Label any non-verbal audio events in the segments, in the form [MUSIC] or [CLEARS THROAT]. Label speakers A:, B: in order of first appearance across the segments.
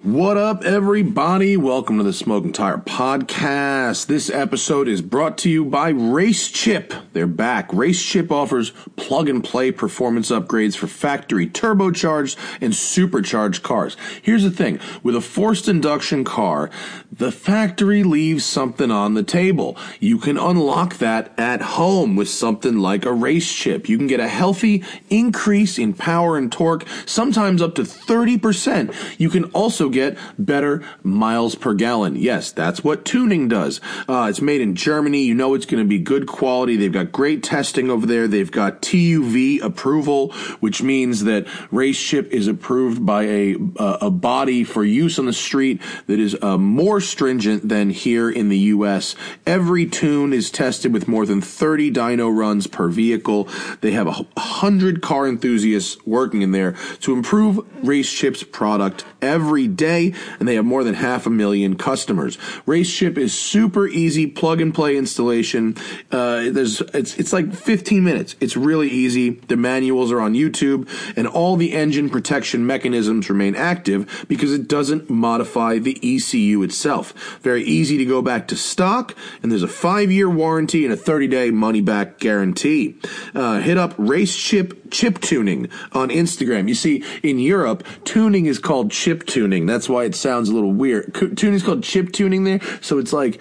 A: What up, everybody? Welcome to the Smoke and Tire Podcast. This episode is brought to you by Race Chip. They're back. Race Chip offers plug and play performance upgrades for factory turbocharged and supercharged cars. Here's the thing with a forced induction car, the factory leaves something on the table. You can unlock that at home with something like a race chip. You can get a healthy increase in power and torque, sometimes up to 30%. You can also get better miles per gallon. Yes, that's what tuning does. Uh, it's made in Germany. You know it's going to be good quality. They've got great testing over there. They've got TUV approval, which means that race chip is approved by a uh, a body for use on the street that is uh, more stringent than here in the U.S. Every tune is tested with more than 30 dyno runs per vehicle. They have a hundred car enthusiasts working in there to improve race chip's product every day, and they have more than half a million customers. RaceShip is super easy plug and play installation. Uh, there's it's it's like 15 minutes. It's really easy. The manuals are on YouTube, and all the engine protection mechanisms remain active because it doesn't modify the ECU itself. Very easy to go back to stock, and there's a five year warranty and a 30 day money back guarantee. Uh, hit up RaceShip Chip Tuning on Instagram. You see, in Europe, tuning is called chip tuning. That's why it sounds a little weird. Co- tuning's called chip tuning there, so it's like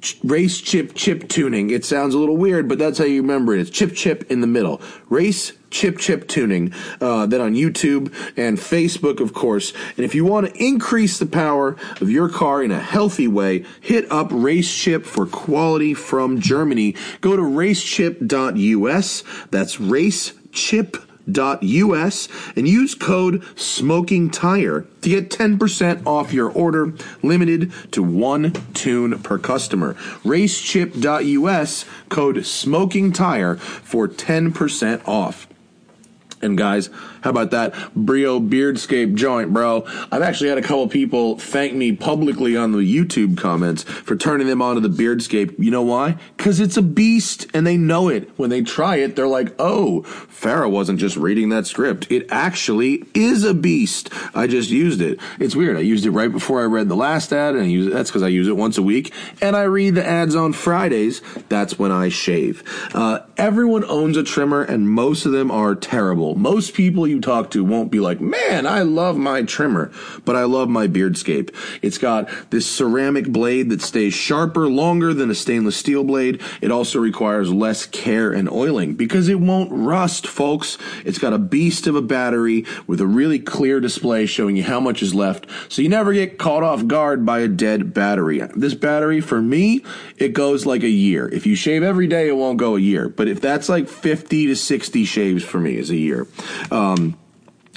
A: ch- race chip chip tuning. It sounds a little weird, but that's how you remember it. It's chip chip in the middle. Race chip chip tuning. Uh, then on YouTube and Facebook, of course. And if you want to increase the power of your car in a healthy way, hit up Race Chip for quality from Germany. Go to racechip.us. That's race chip smoking.us and use code smoking tire to get 10% off your order limited to one tune per customer racechip.us code smoking tire for 10% off and guys, how about that Brio Beardscape joint, bro? I've actually had a couple people thank me publicly on the YouTube comments for turning them onto the Beardscape. You know why? Because it's a beast and they know it. When they try it, they're like, oh, Farah wasn't just reading that script. It actually is a beast. I just used it. It's weird. I used it right before I read the last ad and I use it. That's because I use it once a week and I read the ads on Fridays. That's when I shave. Uh, everyone owns a trimmer and most of them are terrible. Most people you talk to won't be like, man, I love my trimmer, but I love my beardscape. It's got this ceramic blade that stays sharper longer than a stainless steel blade. It also requires less care and oiling because it won't rust, folks. It's got a beast of a battery with a really clear display showing you how much is left. So you never get caught off guard by a dead battery. This battery, for me, it goes like a year. If you shave every day, it won't go a year. But if that's like 50 to 60 shaves for me is a year. Um,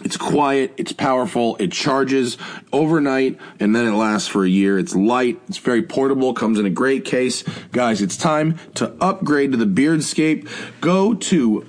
A: it's quiet, it's powerful, it charges overnight, and then it lasts for a year. It's light, it's very portable, comes in a great case. Guys, it's time to upgrade to the Beardscape. Go to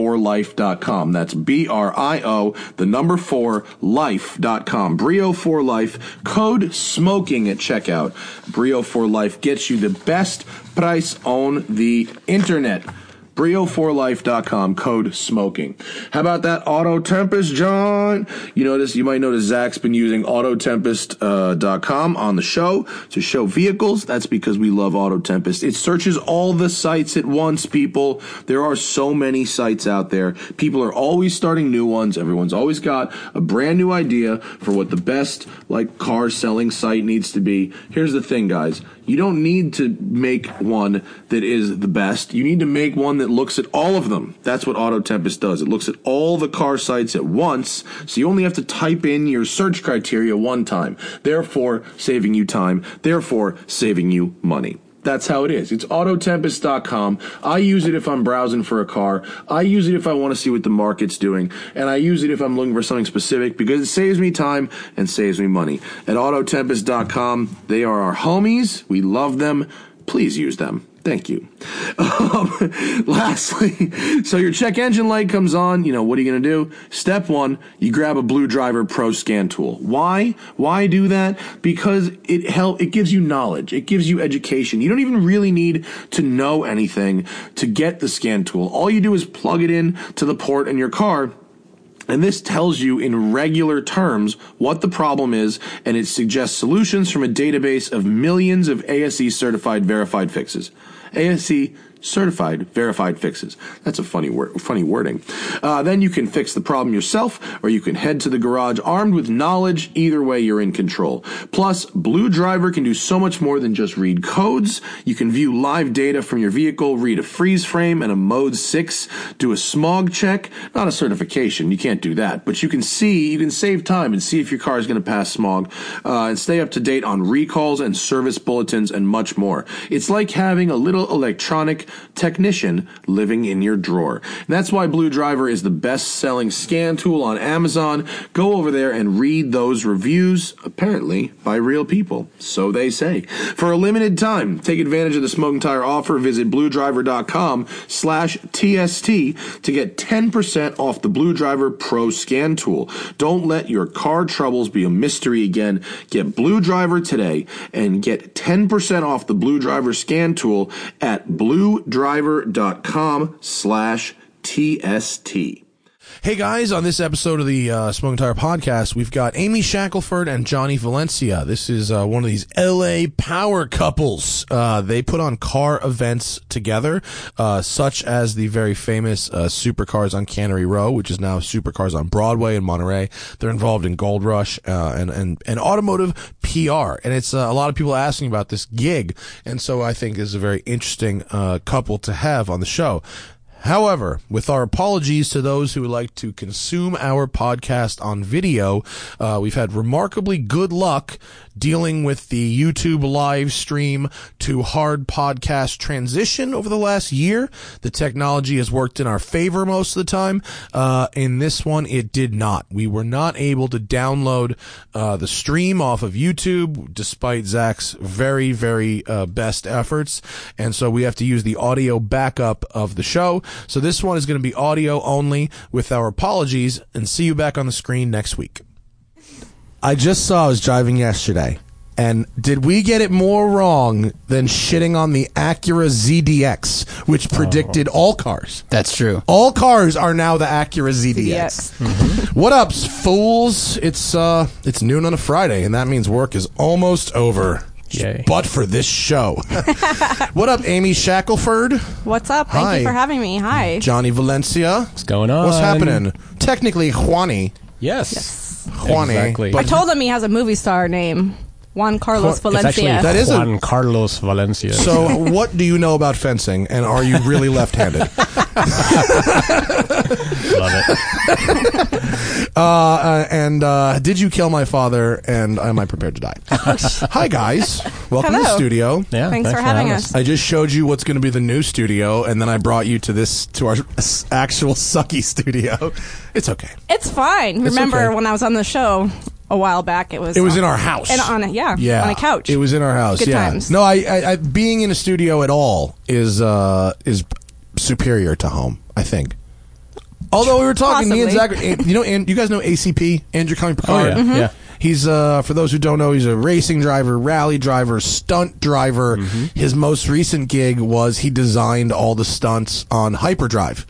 A: brio4life.com. That's B R I O, the number four, life.com. Brio4life, code smoking at checkout. Brio4life gets you the best price on the internet. oh Brio4life.com, code smoking. How about that Auto Tempest, John? You notice, you might notice Zach's been using autotempest.com on the show to show vehicles. That's because we love Auto Tempest. It searches all the sites at once, people. There are so many sites out there. People are always starting new ones. Everyone's always got a brand new idea for what the best, like, car selling site needs to be. Here's the thing, guys. You don't need to make one that is the best. You need to make one that looks at all of them. That's what Auto Tempest does. It looks at all the car sites at once, so you only have to type in your search criteria one time, therefore saving you time, therefore saving you money. That's how it is. It's autotempest.com. I use it if I'm browsing for a car. I use it if I want to see what the market's doing. And I use it if I'm looking for something specific because it saves me time and saves me money. At autotempest.com, they are our homies. We love them. Please use them. Thank you. [LAUGHS] Um, lastly, [LAUGHS] so your check engine light comes on. You know, what are you going to do? Step one, you grab a Blue Driver Pro scan tool. Why? Why do that? Because it help, it gives you knowledge. It gives you education. You don't even really need to know anything to get the scan tool. All you do is plug it in to the port in your car And this tells you in regular terms what the problem is, and it suggests solutions from a database of millions of ASE certified verified fixes. ASE certified verified fixes. That's a funny word, funny wording. Uh, then you can fix the problem yourself, or you can head to the garage armed with knowledge. Either way, you're in control. Plus, Blue Driver can do so much more than just read codes. You can view live data from your vehicle, read a freeze frame and a mode six, do a smog check. Not a certification, you can't do that, but you can see, you can save time and see if your car is going to pass smog, uh, and stay up to date on recalls and service bulletins and much more. It's like having a little electronic technician living in your drawer. And that's why Blue Driver is the best selling scan tool on Amazon. Go over there and read those reviews, apparently by real people. So they say. For a limited time, take advantage of the smoking tire offer. Visit bluedriver.com slash TST to get 10% off the Blue Driver Pro Scan Tool. Don't let your car troubles be a mystery again. Get Blue Driver today and get 10% off the Blue Driver Scan Tool at bluedriver.com slash TST.
B: Hey guys, on this episode of the uh, Smoking Tire Podcast, we've got Amy Shackelford and Johnny Valencia. This is uh, one of these LA power couples. Uh, they put on car events together, uh, such as the very famous uh, Supercars on Cannery Row, which is now Supercars on Broadway in Monterey. They're involved in Gold Rush uh, and, and, and automotive PR. And it's uh, a lot of people asking about this gig. And so I think this is a very interesting uh, couple to have on the show. However, with our apologies to those who would like to consume our podcast on video, uh, we've had remarkably good luck dealing with the YouTube live stream to hard podcast transition over the last year. The technology has worked in our favor most of the time. Uh, in this one, it did not. We were not able to download uh, the stream off of YouTube, despite Zach's very, very uh, best efforts. And so we have to use the audio backup of the show. So this one is going to be audio only with our apologies and see you back on the screen next week. I just saw I was driving yesterday. And did we get it more wrong than shitting on the Acura ZDX, which
C: Oh.
B: predicted all cars?
C: That's true.
B: All cars are now the Acura ZDX.
D: ZDX.
B: What up, fools? It's uh, it's noon on a Friday, and that means work is almost over.
C: Yay.
B: But for this show,
C: [LAUGHS]
B: what up, Amy Shackelford,
D: What's up? Thank
B: Hi.
D: you for having me. Hi.
B: Johnny Valencia? What's
C: going on?
B: What's happening? Technically, Juani,
C: Yes.
B: Juani,
C: Exactly.
D: I
B: but
D: told him he has a movie star name, Juan Carlos
B: Cor-
C: It's actually
D: Valencia.
B: That is a-
C: Juan Carlos Valencia.
B: So, what do you know about fencing, and are you
C: [LAUGHS]
B: really left-handed?
C: love it.
B: Uh, uh, and uh, did you kill my father? And am I prepared to die? Hi, guys. Welcome to the
D: Hello.
B: studio.
C: Yeah.
D: Thanks for having
C: having
D: us.
B: I just showed you what's going to be the new studio, and then I brought you to this to our s- actual sucky studio. It's okay.
D: it's fine. Remember
B: okay.
D: when I was on the show a while back? It was
B: It was in our house.
D: and on a yeah,
B: yeah,
D: on a couch.
B: It was in our house.
D: Good
B: yeah.
D: times.
B: No, I, I, I being in a studio at all is uh is superior to home. I think. Although we were talking, me and Zach,
D: Possibly. Mm-hmm.
B: you know, and you guys know ACP Andrew Cumming
C: Oh,
B: Picard.
C: yeah. yeah.
B: He's uh, for those who don't know, he's a racing driver, rally driver, stunt driver.
C: Mm-hmm.
B: His most recent gig was he designed all the stunts on Hyperdrive.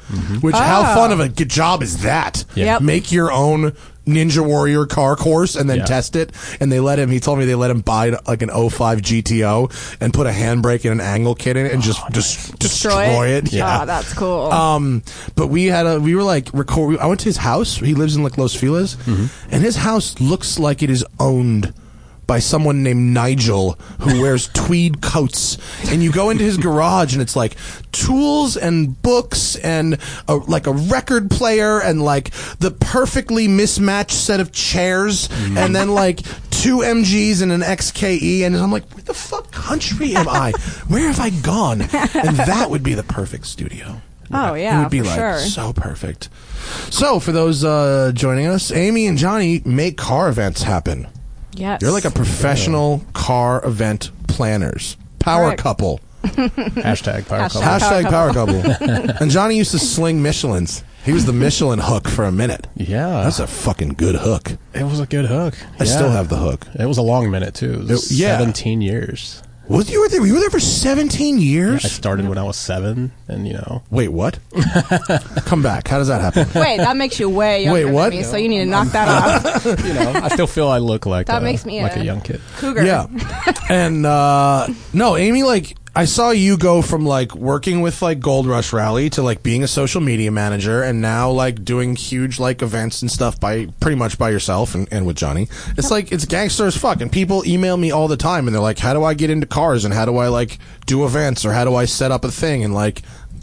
B: Which how fun of a good job is that?
C: Mm-hmm. Yeah.
D: Oh. Yep.
B: Make your own Ninja Warrior car course and then
C: Yeah.
B: test it. And they let him. He told me they let him buy like an 05 GTO and put a handbrake and an angle kit in it and just just destroy, it. Yeah.
D: Oh, that's cool.
B: Um, but we had a we were like record. I went to his house. He lives in like Los Feliz, and his house looks like it is owned by someone named Nigel who wears tweed coats. And you go into his garage, and it's like tools and books and a, like a record player and like the perfectly mismatched set of chairs, and then like two MGs and an XKE. And I'm like, where the fuck country am I? Where have I gone? And that would be the perfect studio.
D: oh
B: It
D: yeah,
B: would be
D: for
B: like
D: sure.
B: so perfect. So for those uh, joining us, Amy and Johnny make car events happen.
D: yes,
B: You're like a [LAUGHS] professional car event planners. Power
D: Correct.
B: couple.
C: Hashtag [LAUGHS] power
D: Hashtag.
C: couple.
B: Hashtag power couple.
C: [LAUGHS]
B: and Johnny used to sling Michelins. He was the Michelin hook for a minute.
C: Yeah.
B: That's a fucking good hook.
C: it was a good hook.
B: I still have the hook.
C: It was a long minute too. It was
B: It- yeah.
C: 17 years.
B: Was you were there? You were there for 17 years.
C: I started when I was seven, and you know,
B: Wait,
C: [LAUGHS]
B: what? Come back. How does that happen?
D: Wait, that makes you way younger
B: Wait,
D: than
B: what?
D: me, so you need to
B: [LAUGHS]
D: knock that off.
C: you know, I still feel I look like
D: That
C: a,
D: makes me
C: like
D: a-
C: a young kid.
D: Cougar.
B: Yeah. And uh no, Amy like I saw you go from like working with like Gold Rush Rally to like being a social media manager and now like doing huge like events and stuff by pretty much by yourself and, and with Johnny. It's like it's gangster as fuck and people email me all the time and they're like, How do I get into cars and how do I like do events or how do I set up a thing and like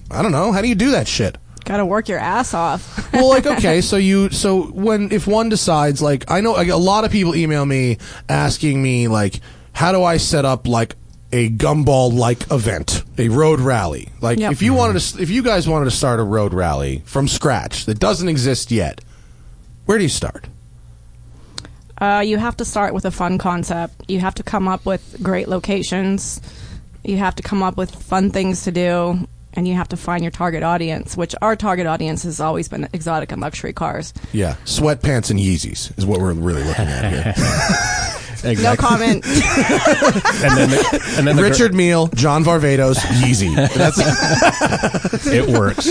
B: I don't know, how do you do that shit?
D: Gotta work your ass off.
B: well, like okay, so you so when if one decides like I know like, a lot of people email me asking me like how do I set up like a gumball like event, a road rally. Like
D: Yep.
B: if you wanted
C: Mhm.
B: to if you guys wanted to start a road rally from scratch that doesn't exist yet, where do you start?
D: Uh, you have to start with a fun concept. You have to come up with great locations. You have to come up with fun things to do. And you have to find your target audience, which our target audience has always been exotic and luxury cars.
B: Yeah, sweatpants and Yeezys is what we're really looking at here.
D: No
C: Exactly. [LAUGHS]
D: comment.
C: and then, the, [LAUGHS] and then [LAUGHS] the gir-
B: Richard Meal, John Varvatos, Yeezy.
C: [LAUGHS]
B: That's
C: it works.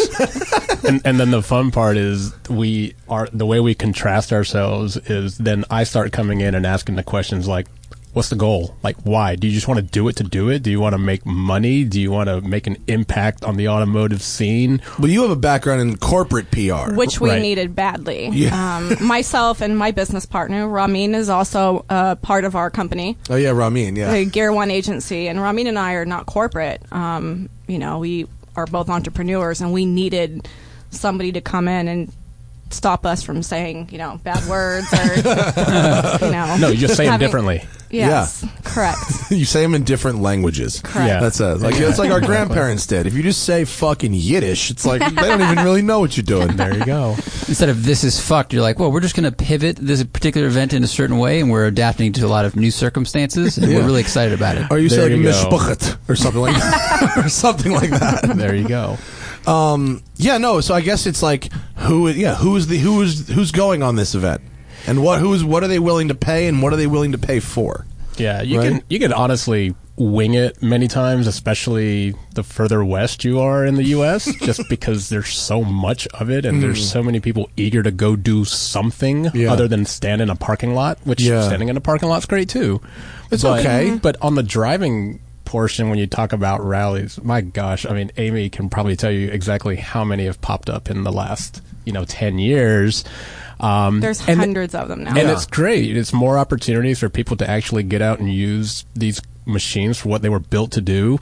C: [LAUGHS] and, and then the fun part is we are the way we contrast ourselves is then I start coming in and asking the questions like, "What's the goal? Like, why? Do you just want to do it to do it? Do you want to make money? Do you want to make an impact on the automotive scene?
B: well, you have a background in corporate PR.
D: which we
C: Right.
D: needed badly.
B: Yeah.
D: Um, myself and my business partner, Ramin, is also uh, part of our company,
B: oh yeah, Ramin. Yeah,
D: the Gear One agency, and Ramin and I are not corporate. Um, you know, we are both entrepreneurs, and we needed somebody to come in and stop us from saying, you know, bad words
C: [LAUGHS]
D: or, you know,
C: No, you just say them
D: having-
C: differently.
D: Yes, correct.
B: [LAUGHS] you say them in different languages.
D: Correct.
C: Yeah.
B: That's it. Like it's like our grandparents did. If you just say fucking Yiddish, it's like they don't even really know what you're doing.
C: [LAUGHS] There you go.
E: Instead of this is fucked, you're like, well, we're just going to pivot this particular event in a certain way, and we're adapting to a lot of new circumstances, and
B: Yeah.
E: we're really excited
C: [LAUGHS]
E: about it.
B: Or you say
C: There
B: like
C: you go.
B: mishpuchet or something like
C: [LAUGHS]
B: that. [LAUGHS] or something like that.
C: There you go.
B: Um, yeah, no. So I guess it's like who? Yeah, who is the who is who's going on this event, and what who's what are they willing to pay, and what are they willing to pay for?
C: Yeah, you
B: Right?
C: can you can honestly wing it many times, especially the further west you are in the
B: [LAUGHS]
C: U.S., just because there's so much of it and there's so many people eager to go do something
B: Hmm. Yeah.
C: other than stand in a parking lot. Which
B: Yeah.
C: standing in a parking lot's great too.
B: It's
C: But- Mhm.
B: okay.
C: but on the driving portion, when you talk about rallies, my gosh, I mean, Amy can probably tell you exactly how many have popped up in the last you know ten years. Um,
D: There's
C: and-
D: hundreds of them now.
C: and it's great. It's more opportunities for people to actually get out and use these machines for what they were built to do.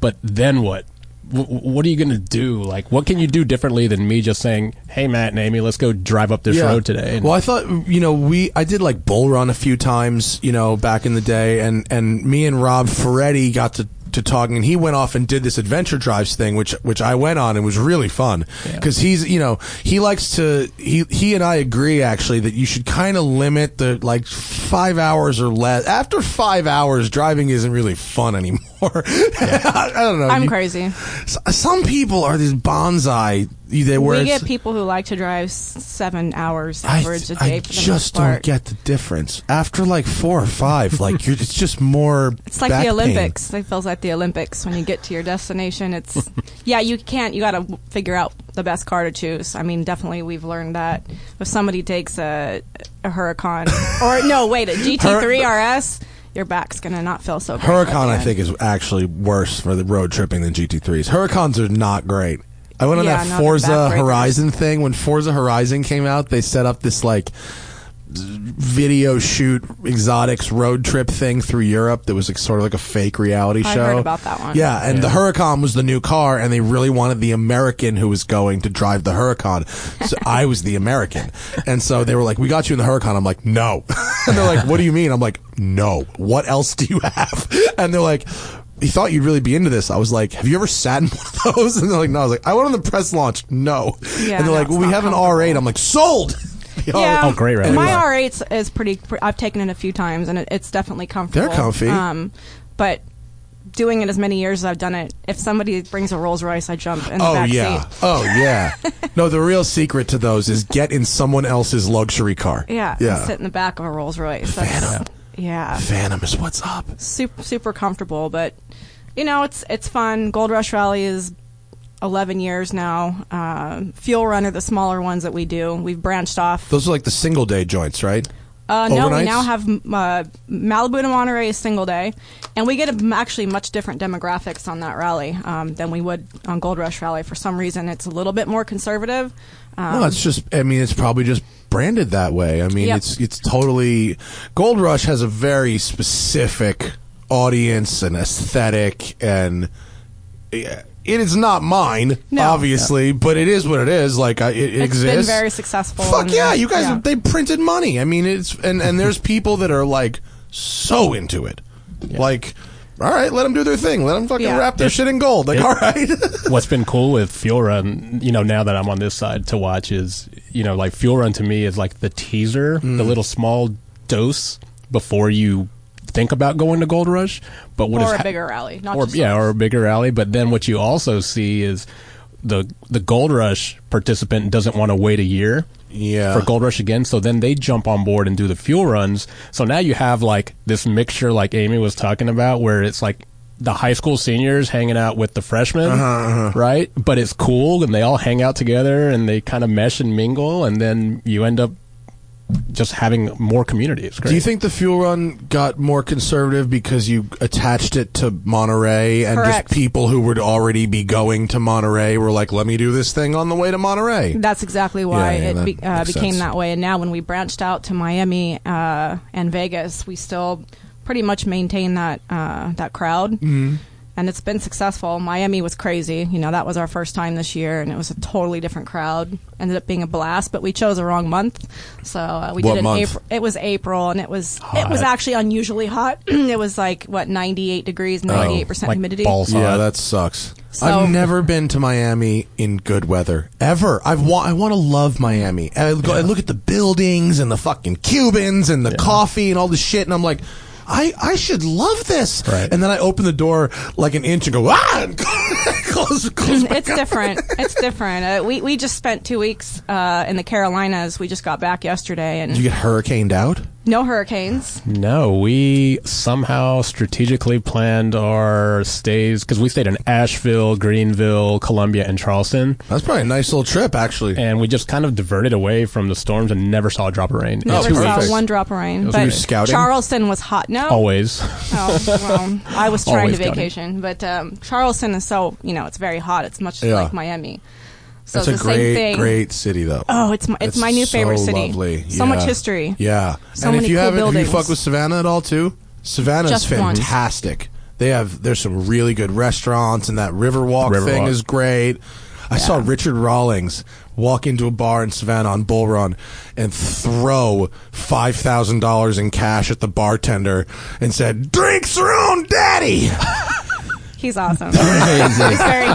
C: But then what? Wh- What are you going to do? Like, what can you do differently than me just saying, "Hey, Matt and Amy, let's go drive up this road today"? And
B: Well, I thought you know we I did like bull run a few times you know back in the day, and and me and Rob Ferretti got to to talking, and he went off and did this adventure drives thing, which which I went on and was really fun because he's you know he likes to he he and I agree actually that you should kind of limit the like five hours or less. After five hours, driving isn't really fun [LAUGHS] anymore. [LAUGHS] I, I don't know.
D: I'm
B: You-
D: crazy.
B: s- Some people are these bonsai. They where
D: We
B: it's-
D: get people who like to drive s- seven hours
B: I,
D: average a
B: I
D: day. for the most
B: just don't
D: part.
B: get the difference. After like four or five, like you're, it's just more.
D: [LAUGHS] It's like
B: back
D: the
B: pain.
D: Olympics. It feels like the Olympics when you get to your
B: [LAUGHS]
D: destination. It's yeah, you can't. You got to figure out the best car to choose. I mean, definitely we've learned that if somebody takes a
B: [LAUGHS]
D: a Huracan or no, wait, a GT3 RS, your back's gonna not feel so. Great at
B: Huracan,
D: the
B: I
D: end.
B: think, is actually worse for the road tripping than GT3s. Huracans are not great. I went on
D: Yeah, no,
B: that
D: they're
B: Forza
D: backbreakers.
B: Horizon thing when Forza Horizon came out. They set up this like video shoot exotics road trip thing through Europe that was like sort of like a fake reality
D: I
B: show.
D: heard about that one.
B: Yeah, Uh, and the Huracan was the new car, and they really wanted the American who was going to drive the Huracan. So
D: [LAUGHS]
B: I was the American, and so they were like, "We got you in the Huracan." I'm like, "No," [LAUGHS] and they're like, "What do you mean?" I'm like, "No. What else do you have?" [LAUGHS] And they're like. He thought you'd really be into this. I was like, "Have you ever sat in [LAUGHS] one of those?" And they're like, "No." I was like, "I went on the press launch." No,
D: Yeah,
B: and they're
D: no,
B: like,
D: it's
B: "Well, we
D: not
B: have an R8." I'm like, "Sold." [LAUGHS]
D: Yeah.
C: Oh, great rally
D: My
C: car.
D: R8's is pretty. Pr- I've taken it a few times, and it, it's definitely comfortable.
B: They're comfy.
D: Um, but doing it as many years as I've done it, if somebody brings a Rolls Royce, I jump in the
B: Oh
D: back
B: yeah.
D: seat.
B: Oh
D: [LAUGHS]
B: yeah. no, the real secret to those is get in someone else's luxury car.
D: Yeah,
B: Yeah.
D: sit in the back of a Rolls Royce. That's,
B: Phantom.
D: Yeah.
B: Phantom is what's up.
D: super super comfortable. But you know, it's it's fun. Gold Rush Rally is eleven years now. Uh, Fuel Run are the smaller ones that we do. We've branched off.
B: Those are like the single day joints, right?
D: Uh, no, we
B: Overnights?
D: now have m- uh, Malibu to Monterey is single day, and we get a, m- actually much different demographics on that rally um, than we would on Gold Rush Rally. For some reason, it's a little bit more conservative. Uh,
B: no, it's just. I mean, it's probably just branded that way. I mean,
D: um, Yep.
B: it's it's totally. Gold Rush has a very specific audience and aesthetic, and yeah, it is not mine,
D: No.
B: obviously, but it is what it is. Like I, it, it
D: It's been
B: exists.
D: very successful
B: Fuck
D: and,
B: yeah,
D: uh,
B: you guys.
D: yeah.
B: They printed money. I mean, it's and and there's people that are like so into it, like. All right, let them do their thing. Let them fucking
D: Yeah.
B: wrap their shit in gold. Like,
C: it-
B: all right.
C: What's been cool with Fuel Run, you know, now that I'm on this side to watch is, you know, like Fuel Run to me is like the teaser, the little small dose before you think about going to Gold Rush. But what
D: Or
C: is
D: a
C: hap-
D: bigger rally, not
C: or
D: just
C: yeah,
D: ours.
C: or a bigger rally. But then what you also see is the the Gold Rush participant doesn't want to wait a year.
B: Yeah.
C: For Gold Rush again, so then they jump on board and do the fuel runs. So now you have like this mixture, like Amy was talking about, where it's like the high school seniors hanging out with the freshmen,
B: Uh-huh,
C: right? But it's cool, and they all hang out together, and they kind of mesh and mingle, and then you end up just having more community. It's great.
B: Do you think the fuel run got more conservative because you attached it to Monterey and
D: Correct.
B: just people who would already be going to Monterey were like, let me do this thing on the way to Monterey?
D: That's exactly why
B: Yeah, yeah, that
D: it be, uh,
B: makes
D: became
B: sense.
D: that way. And now, when we branched out to Miami uh, and Vegas, we still pretty much maintain that uh, that crowd, mm-hmm. and it's been successful. Miami was crazy. You know, that was our first time this year, and it was a totally different crowd. Ended up being a blast, but we chose a wrong month, so uh, we
B: What
D: did it.
B: month?
D: In April. It was April, and it was it
C: Hot.
D: was actually unusually hot. [CLEARS THROAT] it was like what ninety eight degrees, ninety eight percent
B: Oh,
C: like
D: humidity.
C: balls
B: Yeah,
C: hot.
B: that sucks.
D: So-
B: I've never been to Miami in good weather ever. I've wa- I want to love Miami. I, go, I look at the buildings and the fucking Cubans and the coffee and all this shit, and I'm like, I, I should love this.
C: Right.
B: And then I open the door like an inch and go ah, [LAUGHS] and close, close my
D: [LAUGHS] it's different. It's different. Uh, we we just spent two weeks uh, in the Carolinas. We just got back yesterday, and
B: Did you get hurricaned out?
D: no hurricanes.
C: No, we somehow strategically planned our stays because we stayed in Asheville, Greenville, Columbia, and Charleston,
B: That's probably a nice little trip, actually.
C: and we just kind of diverted away from the storms and never saw a drop of rain.
D: Never
C: It's
D: saw
B: perfect.
D: one drop of rain.
C: was
D: But
B: great. Scouting?
D: Charleston was hot. No,
C: Always, [LAUGHS]
D: Oh, well,
B: [LAUGHS]
D: I was trying
C: Always
D: to
C: scouting.
D: vacation, but um, Charleston is so you know it's very hot. It's much
B: Yeah.
D: like Miami. So
B: That's a
D: it's the
B: great,
D: same thing.
B: great city, though.
D: Oh, it's my, it's, my new
B: so
D: favorite city.
B: Lovely.
D: So
B: Yeah.
D: much history.
B: Yeah.
D: So
B: and
D: many
B: if you
D: cool
B: haven't, have
D: buildings.
B: you fucked with Savannah at all too? Savannah's
D: Just once.
B: fantastic. They have there's some really good restaurants, and that Riverwalk,
C: Riverwalk.
B: thing is great. I saw Richard Rawlings walk into a bar in Savannah on Bull Run and throw five thousand dollars in cash at the bartender and said, "Drinks are on, daddy." [LAUGHS]
D: He's awesome. He's
E: Amazing.
D: very.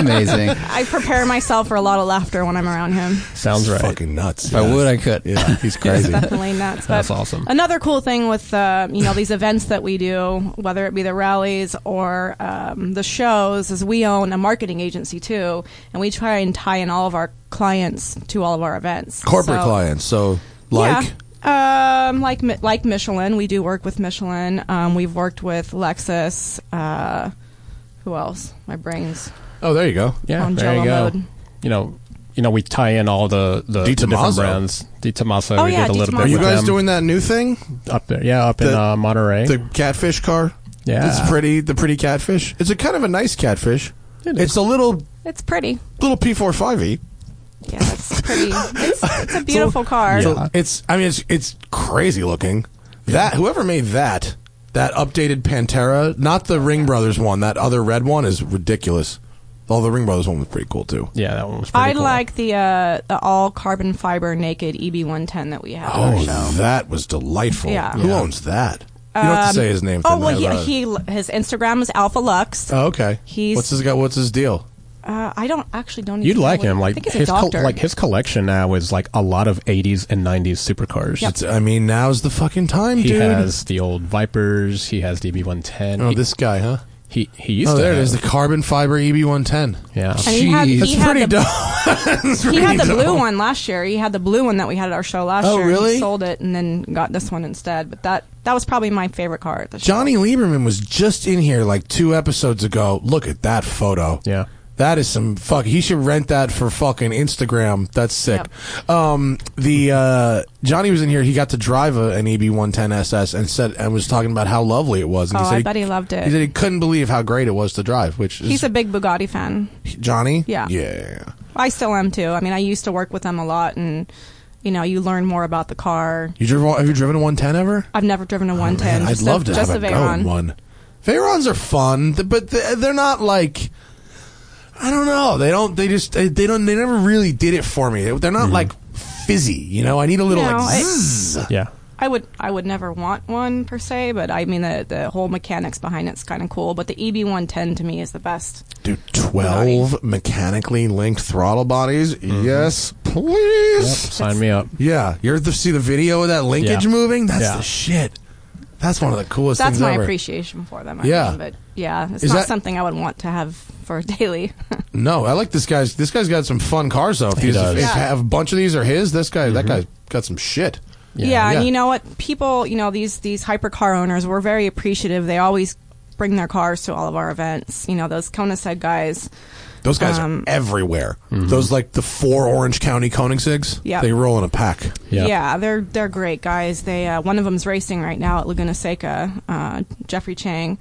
E: Amazing. If
D: I prepare myself for a lot of laughter when I'm around him.
C: sounds
B: It's
C: right.
B: Fucking nuts.
E: I
B: Yeah.
E: would, I could.
B: Yeah,
E: [LAUGHS]
B: he's crazy.
D: definitely nuts. But
C: That's awesome.
D: Another cool thing with uh, you know these events that we do, whether it be the rallies or um, the shows, is we own a marketing agency too, and we try and tie in all of our clients to all of our events.
B: corporate
D: So-
B: clients. So like
D: Yeah. Um, like Mi- like Michelin, we do work with Michelin. Um, we've worked with Lexus. Uh, who else? My brain's
B: Oh, there you go.
C: yeah,
D: on
C: there you
D: Jell-O
C: go.
D: mode.
C: You know, you know, we tie in all the the,
B: Di
C: the different
B: Tommaso.
C: brands. Di Tommaso,
D: Oh,
C: we
D: yeah,
C: did a
D: Di
C: little
D: Tommaso.
B: Are
C: bit.
B: you
C: with
B: guys
C: them
B: doing that new thing?
C: up there? Yeah, up in
B: The-
C: uh, Monterey.
B: The catfish car?
C: Yeah.
B: It's pretty the pretty catfish. It's a kind of a nice catfish.
C: It is.
B: it's a little
D: It's pretty.
B: little P 45 E.
D: Yeah, it's pretty. It's, it's a beautiful car.
B: It's I mean it's it's crazy looking. That whoever made that that updated Pantera, not the Ring Brothers one, that other red one is ridiculous. Although the Ring Brothers one was pretty cool too.
C: yeah, that one was. Pretty
D: I
C: cool.
D: like the uh, the all carbon fiber naked E EB110 that we have. on our
B: Oh,
D: show.
B: that was delightful.
D: Yeah.
B: Who
D: Yeah.
B: owns that? You don't have to say his name.
D: Oh
B: to
D: well, he,
B: know that.
D: he his Instagram is Alpha Lux.
B: Oh, okay.
D: he's-
B: what's his guy? What's his deal?
D: Uh, I don't actually don't.
C: You'd
D: even
C: like
D: know what-
C: him,
D: I
C: like
D: think he's
C: his
D: a
C: col-
D: doctor.
C: like his collection now is like a lot of '80s and '90s supercars.
B: It's, I mean, now's the fucking time,
C: He
B: dude.
C: has the old Vipers. He has DB110.
B: oh,
C: He-
B: this guy, huh?
C: He he used
B: Oh,
C: to.
B: there it
C: have-
B: is. The carbon fiber E EB110.
C: Yeah.
D: And he had,
E: Jeez.
D: he
B: That's
D: had
B: pretty
D: the,
B: dope. That's
D: He
B: pretty
D: had
B: [LAUGHS]
D: the blue
B: dope.
D: one last year. He had the blue one that we had at our show last
B: Oh,
D: year. and
B: really?
D: He sold it and then got this one instead. But that that was probably my favorite car at the show.
B: Johnny Lieberman was just in here like two episodes ago. Look at that photo.
C: Yeah.
B: That is some fuck. He should rent that for fucking Instagram. That's sick. Um, the uh, Johnny was in here. He got to drive a, an E EB110 SS and said and was talking about how lovely it was. And
D: Oh,
B: he said
D: I bet he loved it.
B: He said he couldn't believe how great it was to drive. Which is
D: He's a big Bugatti fan.
B: Johnny.
D: Yeah.
B: Yeah.
D: I still am too. I mean, I used to work with them a lot, and you know, you learn more about the car.
B: You drove? Have you driven a 110 ever?
D: I've never driven a 110.
B: Oh, Man, I'd
D: just
B: love
D: a,
B: to
D: just
B: have a
D: a
B: go
D: Veyron.
B: at one. Veyrons are fun, th- but th- they're not like I don't know. They don't. They just. They, they don't. They never really did it for me. They're
C: Mm-hmm.
B: not like fizzy. You know. I need a little
D: No,
B: like.
D: it-
B: zzz.
C: Yeah.
D: I would I would never want one per se, but I mean the the whole mechanics behind it's kind of cool. But the E EB110 to me is the best.
B: Dude, twelve mechanically linked throttle bodies. Yes,
C: Mm-hmm. Yep.
B: please.
C: Sign me up.
B: Yeah, you're the see the video of that linkage
C: Yeah.
B: moving. That's
C: Yeah.
B: the shit. That's one of the coolest
D: That's
B: things
D: my
B: ever.
D: appreciation for them. I
B: Yeah.
D: mean, but yeah, it's
B: Is
D: not
B: that-
D: something I would want to have for [LAUGHS] daily.
B: No, I like this guy's. This guy's got some fun cars though. If he's,
C: does. Mm-hmm.
B: If,
D: Yeah.
B: if a bunch of these are his, this guy, that guy's got some shit.
D: Yeah,
B: Yeah.
D: and you know what? People, you know, these these hypercar owners were very appreciative. They always bring their cars to all of our events. You know, those Koenigsegg guys.
B: Those guys
D: Um,
B: are everywhere.
C: Mm-hmm.
B: Those like the four Orange County Koenigseggs.
D: Yeah.
B: they roll in a pack.
C: Yeah.
D: Yeah, they're they're great guys. They uh, one of them's racing right now at Laguna Seca. Uh, Jeffrey Chang.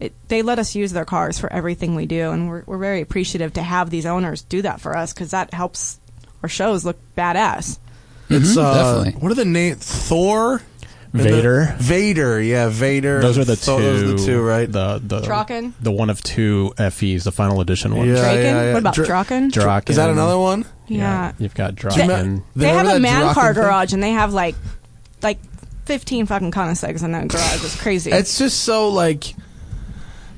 D: It, they let us use their cars for everything we do, and we're we're very appreciative to have these owners do that for us because that helps our shows look badass.
B: It's uh,
E: definitely.
B: What are the names? Thor, and the-
C: Vader.
B: Vader. Yeah, Vader.
C: Those are the two.
B: Thor- Those are the two, right?
C: The the
D: Draken?
C: The one of two FEs, the final edition one.
B: Yeah,
D: Draken.
B: yeah, yeah.
D: What about
B: Dra-
D: Draken?
C: Draken.
B: Is that another one?
D: yeah.
C: You've got
D: They,
C: Draken.
D: they have
B: remember
D: a
B: that
D: man
B: Draken
D: car
B: thing?
D: garage, and they have like like fifteen fucking Koenigseggs in that garage. It's crazy.
B: It's just so like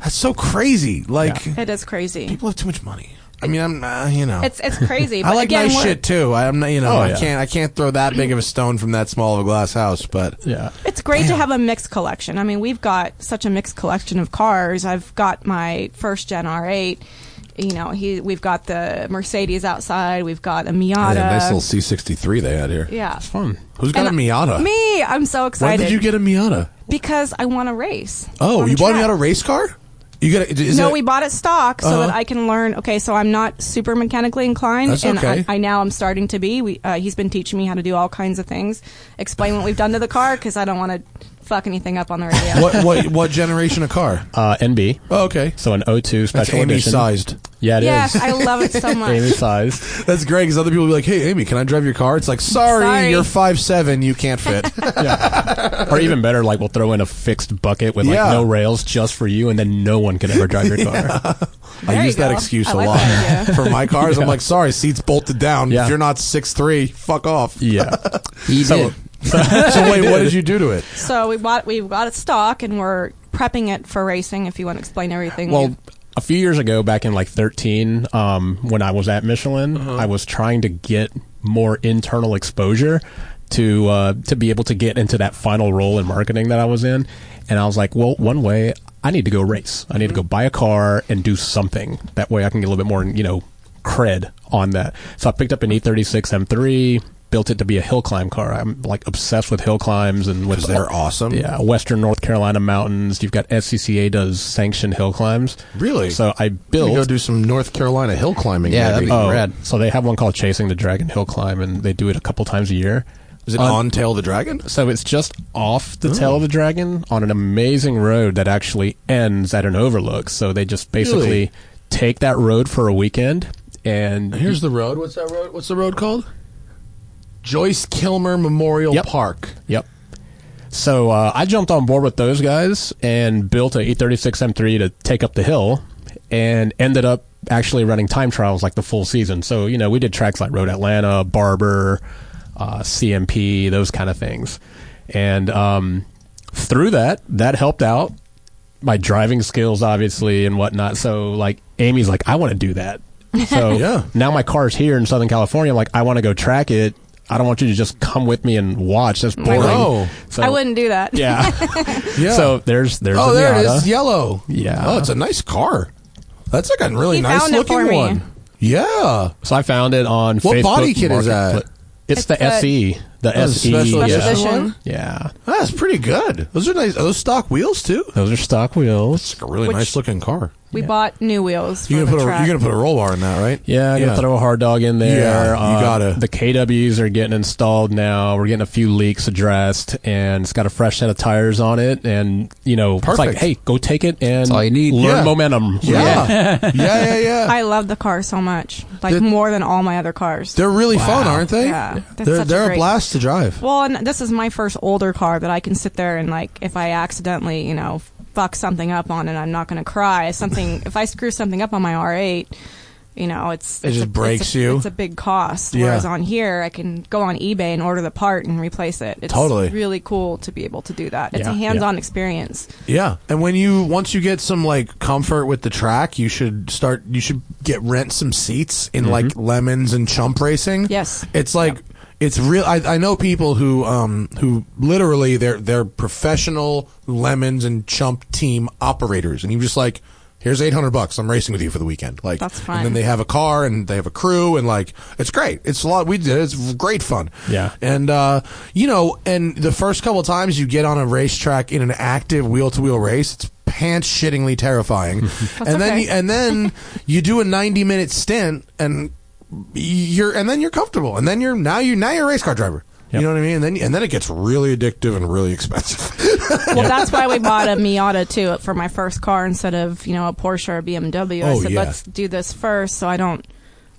B: that's so crazy. Like
D: it is crazy.
B: people have too much money. I mean, I'm uh, you know.
D: It's it's crazy.
B: [LAUGHS]
D: But
B: I like
D: again,
B: nice
D: we're-
B: shit too. I'm not, you know,
C: Oh,
B: I
C: yeah.
B: can't, I can't throw that big of a stone from that small of a glass house. But
C: Yeah.
D: It's great to have a mixed collection. I mean, we've got such a mixed collection of cars. I've got my first gen R8. You know, he we've got the Mercedes outside. We've got a Miata.
B: C63 they had here.
D: yeah.
C: Fun.
B: Who's got
D: And
B: a Miata?
D: Me, I'm so
B: When
D: excited
B: did you get a Miata?
D: because I want to race.
B: Oh,
D: on the
B: you bought a
D: track.
B: Miata race car? You got? A, is
D: no,
B: it-
D: we bought it stock so that
B: Uh-huh.
D: I can learn. Okay, so I'm not super mechanically inclined,
B: That's
D: and
B: okay.
D: I, I now am starting to be. We, uh, he's been teaching me how to do all kinds of things. Explain what we've done to the car because I don't want to fuck anything up on the radio.
B: [LAUGHS]
D: [LAUGHS]
B: what, what what generation of car?
C: Uh, NB.
B: Oh, okay,
C: So an O2
B: that's
C: special
B: Amy
C: edition.
B: sized.
C: Yeah, it is. [LAUGHS]
D: yes, I love
B: [LAUGHS]
D: it so much.
C: Amy sized.
B: That's great because other people will be like, "Hey, Amy, can I drive your car?" It's like, "Sorry,
D: Sorry.
B: you're five seven, you can't
D: [LAUGHS]
B: fit."
C: Or even better, like we'll throw in a fixed bucket with like
B: Yeah.
C: no rails just for you, and then no one can ever drive
B: [LAUGHS]
C: your car.
B: I
D: There
B: use
D: you
B: that
D: go.
B: excuse
D: I
B: a
D: like
B: lot [LAUGHS]
D: that idea.
B: for my cars.
D: [LAUGHS]
B: I'm like, "Sorry, seats bolted down.
C: Yeah.
B: If you're not six three, fuck off."
C: Yeah.
E: He
C: So-
E: did.
C: [LAUGHS]
B: So wait,
D: [LAUGHS]
B: what did you do to it?
D: So we bought we got it stock and we're prepping it for racing. If you want to explain everything,
C: Well, a few years ago, back in like 13, um, when I was at Michelin, I was trying to get more internal exposure to uh, to be able to get into that final role in marketing that I was in. And I was like, well, one way I need to go race. I need to go buy a car and do something. That way, I can get a little bit more, you know, cred on that. So I picked up an E E36 M3, built it to be a hill climb car. I'm like obsessed with hill climbs and with
B: Because they're [LAUGHS] awesome.
C: yeah, Western North Carolina mountains. You've got SCCA does sanctioned hill climbs.
B: Really?
C: So I
B: Let me go
C: built.
B: do some North Carolina hill climbing.
E: Yeah, that'd
B: maybe.
E: be
C: Oh,
E: rad.
C: so they have one called Chasing the Dragon Hill Climb, and they do it a couple times a year. Um,
B: Is it on Oh. Tail of the Dragon?
C: So it's just off the tail of the dragon on an amazing road that actually ends at an overlook. So they just basically
B: Really?
C: take that road for a weekend and
B: Here's the road. What's that road? What's the road called? Joyce Kilmer Memorial
C: Yep.
B: Park.
C: Yep. So uh, I jumped on board with those guys and built a E E36 M3 to take up the hill, and ended up actually running time trials like the full season. So you know we did tracks like Road Atlanta, Barber, uh, CMP, those kind of things, and um, through that that helped out my driving skills obviously and whatnot. So like Amy's like I want to do that. So
B: Yeah.
C: now my car's here in Southern California. I'm like I want to go track it. I don't want you to just come with me and watch. That's boring.
B: No.
C: So,
D: I wouldn't do that.
C: Yeah.
B: Oh. Yeah.
C: So there's there's
B: oh,
C: a
B: there it
C: Miata.
B: is. Yellow.
C: Yeah.
B: Oh, it's a nice car. That's like a really
D: He
B: nice
D: found it
B: looking
D: for me.
B: one. Yeah.
C: So I found it on
B: What
C: Facebook
B: body kit is that?
C: Marketplace. It's,
D: It's
C: the
D: that-
C: SE. The
B: That's a
C: SE.
B: special
D: [LAUGHS] Special
C: yeah.
D: edition.
B: one?
C: yeah.
B: That's pretty good. Those are nice. Are those stock wheels too.
C: Those are stock wheels.
B: It's like a really
D: Which-
B: nice looking car.
D: We bought new wheels. For
B: You're gonna
D: the
B: put a
D: track.
B: you're gonna put a roll bar in that, right?
C: Yeah, I'm gonna throw a hard dog in there.
B: Yeah, you
C: Uh,
B: gotta.
C: The KWs are getting installed now. We're getting a few leaks addressed, and it's got a fresh set of tires on it. And you know, it's like,
B: Perfect.
C: hey, go take it and
E: all you need.
C: Learn
B: Yeah.
C: momentum. [LAUGHS]
B: Yeah. yeah, yeah, yeah.
D: I love the car so much, like
B: They're-
D: more than all my other cars.
B: They're really fun, aren't they?
D: Yeah. Yeah. That's
B: They're
D: such a
B: they're a,
D: great-
B: blast to drive.
D: Well, and this is my first older car that I can sit there and like, if I accidentally, you know, fuck something up on it, I'm not going to cry. Something, if I screw something up on my R8, you know, it's
B: It
D: it's
B: just
D: a- it's
B: breaks
D: a-
B: you.
D: It's a big cost. Whereas
B: Yeah.
D: on here, I can go on eBay and order the part and replace it. It's
B: Totally.
D: really cool to be able to do that. It's
C: Yeah,
D: a
C: yeah.
B: [LAUGHS]
D: hands-on experience.
B: Yeah. And when you once you get some like comfort with the track, you should start you should get rent some seats in like lemons and chump racing.
D: Yes.
B: It's like it's real I, I know people who um who literally they're they're professional lemons and chump team operators and you just like Here's eight hundred bucks. I'm racing with you for the weekend. Like,
D: That's
B: And then
D: fun.
B: they have a car and they have a crew and like, it's great. It's a lot. We did. It's great fun.
C: Yeah.
B: And uh, you know, and the first couple times you get on a racetrack in an active wheel to wheel race, it's pants shittingly terrifying. and then
D: okay.
B: you, and then you do a 90 minute stint and you're and then you're comfortable. And then you're now you are now you're a race car driver. You
C: Yep.
B: know what I mean? And then and then it gets really addictive and really expensive. [LAUGHS]
D: Well, that's why we bought a Miata too for my first car instead of you know a Porsche or a BMW. I
B: Oh,
D: said
B: yeah.
D: let's do this first so I don't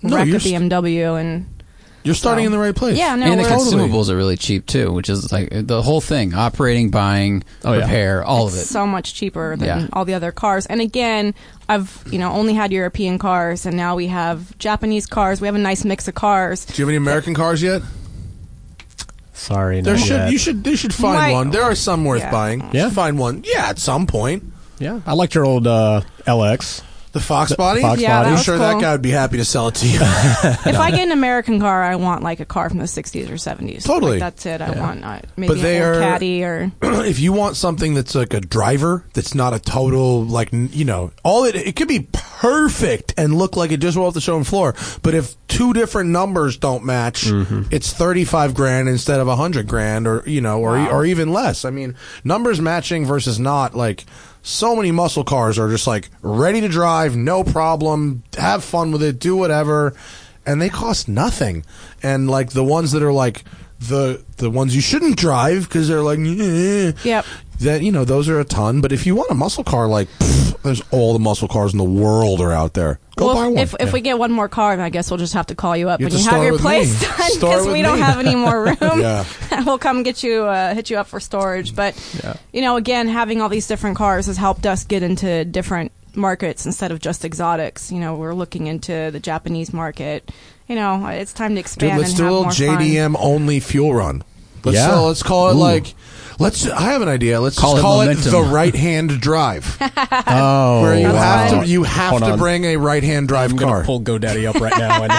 B: No,
D: wreck a
B: you're st-
D: BMW and
B: you're starting
D: So-
B: in the right place.
D: Yeah, no,
E: and the
D: we're-
E: consumables are really cheap too, which is like the whole thing: operating, buying,
C: Oh, yeah.
E: repair, all of it.
D: so much cheaper than
E: Yeah.
D: all the other cars. And again, I've you know only had European cars and now we have Japanese cars. We have a nice mix of cars.
B: Do you have any American cars yet?
C: Sorry.
B: There
C: not
B: should
C: yet.
B: you should you should find
D: Why-
B: one. There are some worth
D: Yeah.
B: buying. You
C: Yeah.
B: should find one. Yeah, at some point.
C: Yeah, I liked your old uh, LX.
B: The fox body.
C: fox
D: Yeah, body. that
B: I'm
D: was
B: sure that
D: cool.
B: guy would be happy to sell it to you.
D: If I get an American car, I want like a car from the 60s or 70s.
B: Totally.
D: Like, that's it. I want uh, maybe
B: But they
D: an old
B: are-
D: caddy or [CLEARS THROAT]
B: if you want something that's like a driver that's not a total like n- you know all it it could be perfect and look like it just rolled off the showroom floor but if two different numbers don't match it's 35 grand instead of 100 grand or you know or e, or even less i mean numbers matching versus not like so many muscle cars are just like ready to drive no problem have fun with it do whatever and they cost nothing. And like the ones that are like the the ones you shouldn't drive because they're like eh,
D: Yep.
B: That you know those are a ton. But if you want a muscle car, like pfft, there's all the muscle cars in the world are out there. Go
D: well,
B: buy one.
D: if if we get one more car, then I guess we'll just have to call you up
B: You
D: when
B: have
D: you
B: to
D: have
B: start
D: your
B: with
D: place [LAUGHS]
B: me.
D: done
B: Start
D: because
B: with
D: we don't
B: me.
D: have any
B: [LAUGHS]
D: more room.
B: Yeah.
D: [LAUGHS] we'll come get you, uh, hit you up for storage. But you know, again, having all these different cars has helped us get into different markets instead of just exotics. You know, we're looking into the Japanese market. You know, it's time to
B: Dude,
D: expand.
B: let's
D: and
B: do a
D: have
B: little
D: more
B: JDM only fuel run. Let's
C: Yeah.
B: sell- let's call it
C: Ooh.
B: like let's. I have an idea. Let's
E: Call
B: just
E: it
B: call it
E: momentum.
B: the right hand drive,
D: [LAUGHS]
C: Oh,
B: where you
D: That's
B: have
D: fine.
B: to you have
C: Hold
B: to
C: on.
B: bring a right hand drive
C: I'm
B: car.
C: gonna pull GoDaddy up right
B: [LAUGHS]
C: now and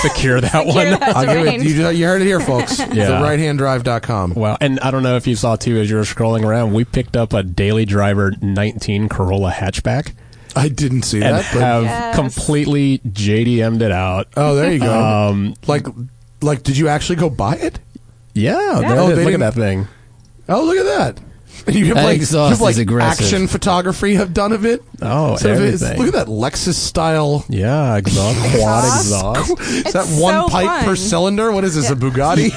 C: secure that one.
D: fun.
B: I'll give it.
D: Terrain.
B: You, you heard it here, folks.
C: [LAUGHS] Yeah.
B: The right hand drive.com.
C: [LAUGHS] Wow. And I don't know if you saw too as you were scrolling around, we picked up a Daily Driver 19 Corolla hatchback
B: I didn't see
C: and
B: that. but-
C: have
D: Yes.
C: completely JDM'd it out.
B: Oh, there you go.
C: [LAUGHS] Um,
B: like, like, did you actually go buy it?
C: yeah.
D: Yeah.
C: there it
B: Oh, they
C: is. Look at
B: didn't-
C: that thing.
B: Oh, look at that. [LAUGHS] You have
E: That
B: like, you
E: exhaust
B: have like
E: is aggressive.
B: action photography have done of it.
C: Oh,
B: Instead of it- it's-
C: everything.
B: look at that Lexus style. [LAUGHS]
C: Yeah. Exhaust, quad exhaust.
B: Is that
D: It's
B: one
D: so
B: pipe per
D: fun.
B: cylinder? What is this? A
D: [LAUGHS]
B: Bugatti?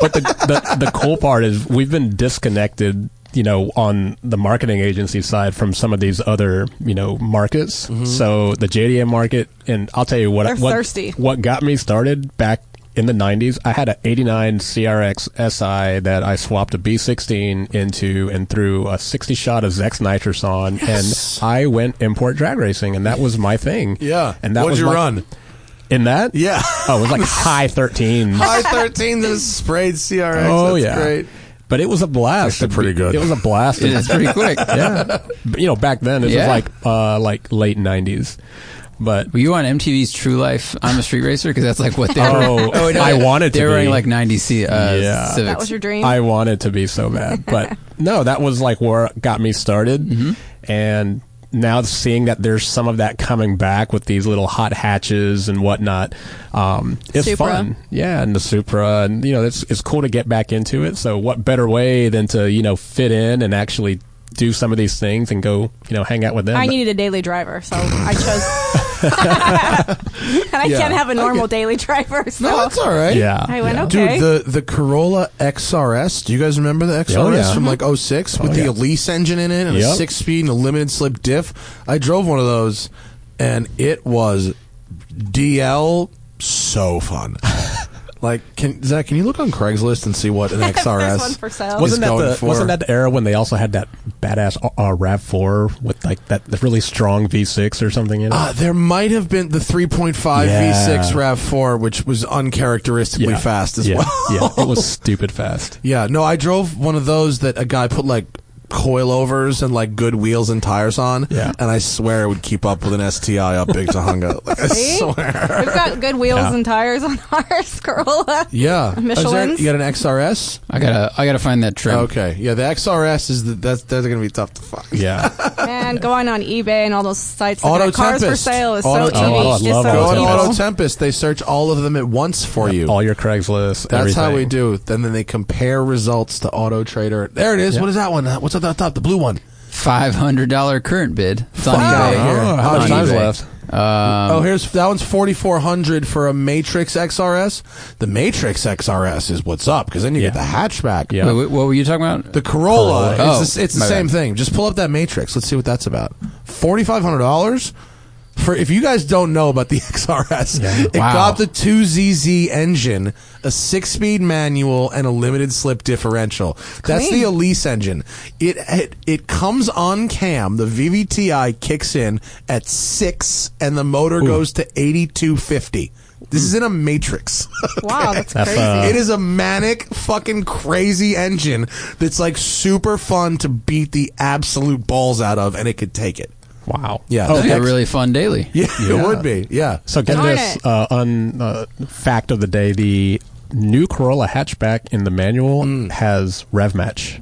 C: But the, the, the cool part is we've been disconnected. You know, on the marketing agency side, from some of these other you know markets,
B: Mm-hmm.
C: so the JDM market, and I'll tell you what
D: They're
C: what,
D: thirsty.
C: what got me started back in the 90s, I had an 89 CRX SI that I swapped a B16 into and threw a 60 shot of Zex nitrous on, and I went import drag racing, and that was my thing. and that
B: What'd
C: was
B: you
C: like-
B: run?
C: in that. [LAUGHS]
B: Yeah. [LAUGHS]
C: oh, it was like high 13s.
B: I thirteen that is sprayed CRX.
C: Oh
B: That's
C: yeah,
B: great.
C: But it was a blast.
B: Actually pretty good.
C: It was a
B: [LAUGHS]
C: blast. [LAUGHS]
E: It's pretty quick.
C: yeah. But, you know, back then it
E: Yeah.
C: was like uh, like late nineties. But
E: Were you on MTV's True Life? I'm a street racer because that's like what they were.
C: [LAUGHS] Oh,
E: wait,
C: I wanted to
E: They were
C: be.
E: wearing like 90 C, uh,
C: Yeah.
E: Civics.
D: That was your dream.
C: I wanted to be so bad,
D: [LAUGHS]
C: but no, that was like where it got me started.
B: Mm-hmm.
C: And now seeing that there's some of that coming back with these little hot hatches and whatnot, um, it's
D: Supra.
C: fun. Yeah, and the Supra, and you know, it's it's cool to get back into it. So what better way than to you know fit in and actually do some of these things and go you know hang out with them?
D: I needed a daily driver, so I
B: [LAUGHS]
D: chose. [LAUGHS] and I
C: Yeah.
D: can't have a normal daily driver, so
B: No, that's all right.
C: yeah,
D: I went
C: yeah.
D: okay.
B: Dude, the, the Corolla XRS. Do you guys remember the XRS
C: Oh, yeah.
B: from like 06 with
C: Oh,
B: the
C: yeah.
B: Elise engine in it and a
C: Yep.
B: six speed and a limited slip diff? I drove one of those and it was DL so
C: [LAUGHS]
B: fun. like, can Zach, can you look on Craigslist and see what
D: [LAUGHS]
B: an XRS
D: one for sale.
B: is
C: Wasn't that,
B: going
C: the,
B: for?
C: wasn't that the era when they also had that badass uh, uh, RAV4 with like that the really strong V6 or something in it?
B: Uh, there might have been the 3.5
C: Yeah.
B: V6 RAV4, which was uncharacteristically fast as
C: yeah,
B: well.
C: yeah,
B: [LAUGHS]
C: it was stupid fast.
B: Yeah, no, I drove one of those that a guy put like coilovers and like good wheels and tires on.
C: Yeah.
B: And I swear it would keep up with an STI up Big
C: [LAUGHS]
B: Tahunga. Like, I
D: See?
B: swear.
D: We've got good wheels
C: Yeah.
D: and tires on [LAUGHS] ours, Corolla.
B: Yeah. Is there-
D: [LAUGHS] Michelin's?
B: you got an XRS?
E: I gotta, I gotta find that trim.
B: Okay. Yeah, the XRS is the, that's that's going to be tough to find.
C: Yeah,
D: Man, going on eBay and all those sites. that
B: Auto
D: got cars for
B: Tempest.
D: sale is
B: Auto
D: so
B: Tempest.
D: easy.
C: Oh, I love
D: It's so
B: Go on
C: Tempest.
D: easy.
B: Auto Tempest, they search all of them at once [LAUGHS] for you.
C: all your Craigslist.
B: that's
C: everything.
B: how we do. it. And then they compare results to Auto Trader. There it is. What is that one? What's up at the top? The blue one.
E: $500 current bid. It's on
B: Fuck
E: eBay.
B: yeah.
E: here.
B: Oh,
C: How much
E: On
C: time's
E: eBay.
C: left? Um,
B: oh, here's that one's forty four hundred for a Matrix XRS. The Matrix XRS is what's up because then you get the
C: Yeah.
B: hatchback.
C: Yeah.
E: Wait, wait, what were you talking about?
B: The Corolla,
E: Corolla.
B: It's, the,
E: Oh,
B: it's the
E: my
B: same
E: bad.
B: thing. Just pull up that Matrix. Let's see what that's about. Forty five hundred dollars for if you guys don't know about the [LAUGHS] XRS, it
E: Wow.
B: got the two ZZ engine, a six speed manual, and a limited slip differential. That's the Elise engine. It, it it comes on cam. The VVTi kicks in at six, and the motor goes to eighty two fifty. This is in a matrix. [LAUGHS]
D: Wow, that's
C: That's,
D: crazy.
C: uh,
B: It is a manic fucking crazy engine that's like super fun to beat the absolute balls out of, and it could take it.
C: Wow.
B: Yeah.
C: Oh,
E: That'd be a
C: ex-
E: really fun daily.
B: Yeah, it would be. Yeah.
C: So get
D: Darn
C: this
D: it.
C: uh, un, uh, fact of the day: the new Corolla hatchback in the manual
B: Mm.
C: has rev match.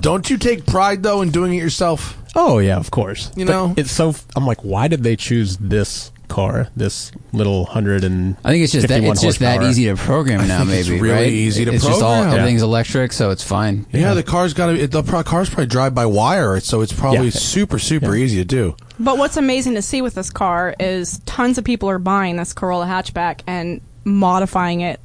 B: Don't you take pride though in doing it yourself?
C: Oh yeah, of course.
B: You
C: But
B: know?
C: it's so. I'm like, why did they choose this car? This little hundred and
E: I think it's just that it's just that easy to program now.
B: think [LAUGHS] it's
E: maybe
B: really
E: right?
B: easy to
E: it's just all
B: program.
E: everything's electric, so it's fine.
B: Yeah, the car's got to. The pro- car's probably drive by wire, so it's probably
C: Yeah.
B: super super easy to do.
D: But what's amazing to see with this car is tons of people are buying this Corolla hatchback and modifying it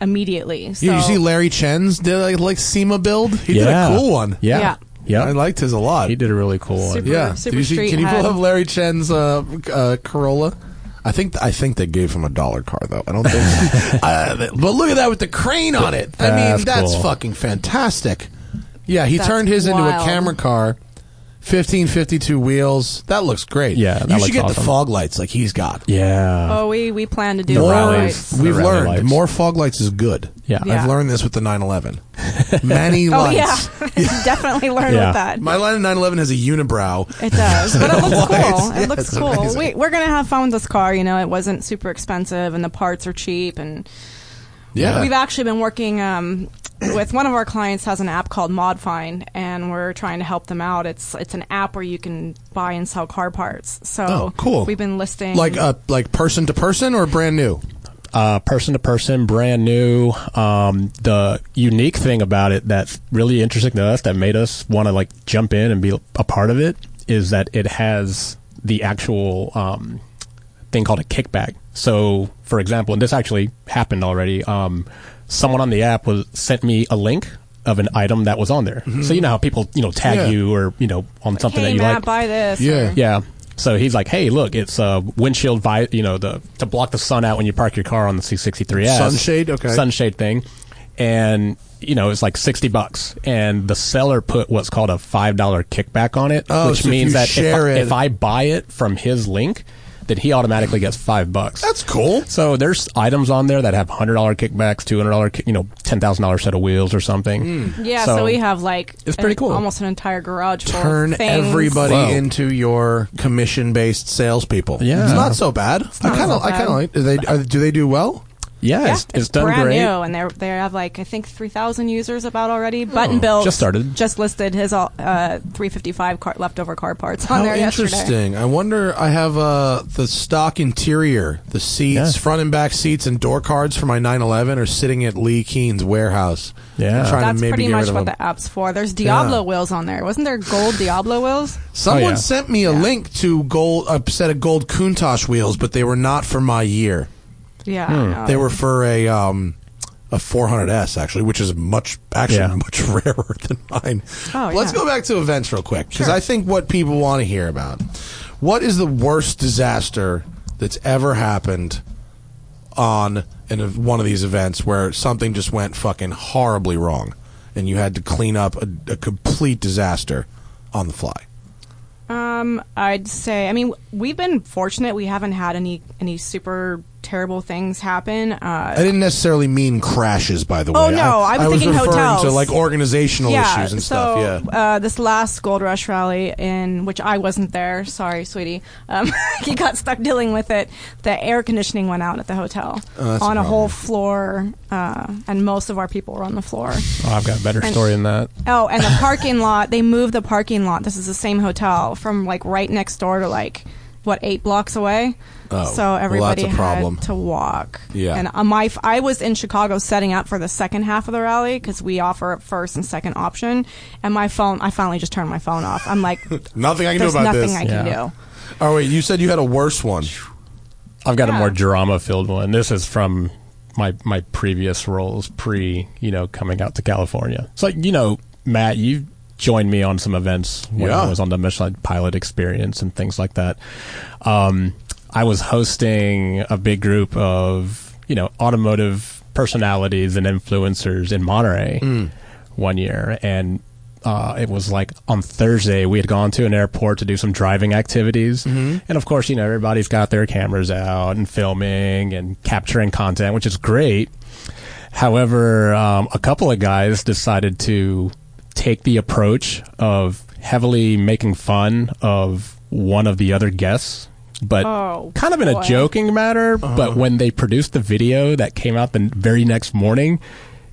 D: immediately. So,
B: You, you see Larry Chen's did like, like SEMA build. He did a cool one.
C: Yeah.
D: Yeah.
C: Yeah.
B: I liked his a lot.
C: he did a really cool one.
D: Super-
B: Yeah.
D: Super
B: Did you see-
D: Street
B: can you
D: had-
B: pull up Larry Chen's uh, uh, Corolla? I think I think they gave him a dollar car though. I don't think.
C: [LAUGHS]
B: uh, th- but look at that with the crane on it. I
C: That's
B: mean, that's
C: cool.
B: fucking fantastic. Yeah, he
D: That's
B: turned his into a
D: wild.
B: camera car. Fifteen fifty two wheels. That looks great.
C: Yeah, that
B: you
C: looks
B: should get the
C: awesome.
B: fog lights like he's got.
C: Yeah.
D: Oh, we we plan to do
C: The
D: more.
C: rallies.
B: We've
C: The rally
B: learned
C: lights.
B: more fog lights is good.
C: Yeah.
D: Yeah.
B: I've learned this with the
C: [LAUGHS]
B: 911. Many
D: Oh
B: lights.
D: yeah, [LAUGHS] definitely learn
C: Yeah.
D: with that.
B: My line 911 has a unibrow.
D: It does, but
B: [LAUGHS]
D: it looks cool.
B: Lights.
D: It
B: Yeah,
D: looks
B: it's
D: cool.
B: amazing.
D: We, we're gonna have fun with this car. You know, it wasn't super expensive, and the parts are cheap. And
B: Yeah.
D: we've actually been working um, with one of our clients has an app called ModFind, and we're trying to help them out. It's it's an app where you can buy and sell car parts. So
B: Oh, cool.
D: We've been listing
B: like uh, like person to person or brand new.
C: uh, person to person, brand new. Um, the unique thing about it that's really interesting to us that made us want to like jump in and be a part of it is that it has the actual um, thing called a kickback. So, for example, and this actually happened already. Um, someone on the app was sent me a link of an item that was on there. So you know how people you know tag
B: Yeah.
C: you or you know on something
D: hey
C: that you
D: Matt,
C: like.
D: buy this.
B: Yeah.
D: or-
C: Yeah. So he's like, "Hey, look, it's a windshield, vi- you know, the to block the sun out when you park your car on the C63S
B: Sunshade? Okay.
C: sunshade thing," and you know, it's like sixty bucks, and the seller put what's called a five dollar kickback on it,
B: Oh,
C: which
B: so if
C: means
B: you
C: that if
B: share
C: I,
B: it-
C: if I buy it from his link, then he automatically gets five bucks.
B: That's cool.
C: So there's items on there that have hundred dollar kickbacks, two hundred dollar, you know, ten thousand dollar set of wheels or something.
D: Yeah, so, we have like
C: It's pretty
D: an-
C: cool.
D: Almost an entire garage. Full
B: Turn
D: of things.
B: everybody
C: Wow.
B: into your commission-based salespeople.
C: Yeah.
B: it's not so bad. I
D: not
B: kind
D: so
B: of, I kind
D: bad.
B: of like. Do they, are, do they do well?
C: Yeah,
D: Yeah,
C: it's, it's, done
D: brand
C: great.
D: new, and they they have like I think three thousand users about
B: Oh,
D: already. Button built
C: Just started.
D: Just listed his all uh, three fifty five car- leftover car parts on
B: How
D: there
B: interesting.
D: yesterday.
B: I wonder. I have uh, the stock interior, the seats,
C: Yeah.
B: front and back seats, and door cards for my 911 are sitting at Lee Keen's warehouse.
C: Yeah.
B: I'm trying
D: That's
B: to maybe
D: pretty
B: get
D: much
B: rid of
D: what
B: them.
D: the app's for. There's Diablo
B: Yeah.
D: wheels on there. Wasn't there gold Diablo wheels?
B: Someone
C: Oh, yeah.
B: sent me a link to gold a set of gold Countach wheels, but they were not for my year.
D: Yeah,
B: Hmm.
D: I know.
B: They were for a um a 400S actually, which is much actually
C: Yeah.
B: much [LAUGHS] rarer than mine.
D: Oh,
B: Let's
D: yeah.
B: go back to events real quick because I think what people want to hear about what is the worst disaster that's ever happened on in a, one of these events where something just went fucking horribly wrong and you had to clean up a, a complete disaster on the fly.
D: Um, I'd say. I mean, we've been fortunate. We haven't had any any super terrible things happen. Uh,
B: I didn't necessarily mean crashes, by the way.
D: Oh, no,
B: I,
D: I'm
B: I
D: thinking
B: was referring to
D: hotels.
B: like organizational
D: yeah.
B: issues and
D: so
B: stuff. Yeah,
D: Uh, this last Gold Rush rally, in which I wasn't there. Sorry, sweetie. Um, [LAUGHS] he got stuck dealing with it. The air conditioning went out at the hotel
B: Oh, that's a
D: on a,
B: problem.
D: whole floor, uh, and most of our people were on the floor.
C: Oh, I've got a better story than that.
D: Oh, and the parking lot. They moved the parking lot. This is the same hotel from like right next door to like what eight blocks away.
B: Oh, well,
D: so
B: that's
D: everybody
B: a problem.
D: had to walk.
B: Yeah.
D: And uh, my f- I was in Chicago setting up for the second half of the rally because we offer first and second option. And my phone, I finally just turned my phone off. I'm like,
B: nothing [LAUGHS] I can do
D: there's
B: about
D: nothing
B: this.
D: I can
C: Yeah.
D: do.
B: Oh wait, you said you had a worse one.
C: I've got a
D: Yeah.
C: more drama filled one. This is from my my previous roles pre you know coming out to California. It's like you know Matt, you joined me on some events when
B: Yeah.
C: I was on the Michelin Pilot Experience and things like that. Um, I was hosting a big group of you know automotive personalities and influencers in Monterey one year and uh, it was like on Thursday we had gone to an airport to do some driving activities, and of course you know everybody's got their cameras out and filming and capturing content, which is great. However, um, a couple of guys decided to take the approach of heavily making fun of one of the other guests, but
D: Oh,
C: kind of in
D: boy.
C: a joking manner.
B: Uh-huh.
C: But when they produced the video that came out the very next morning,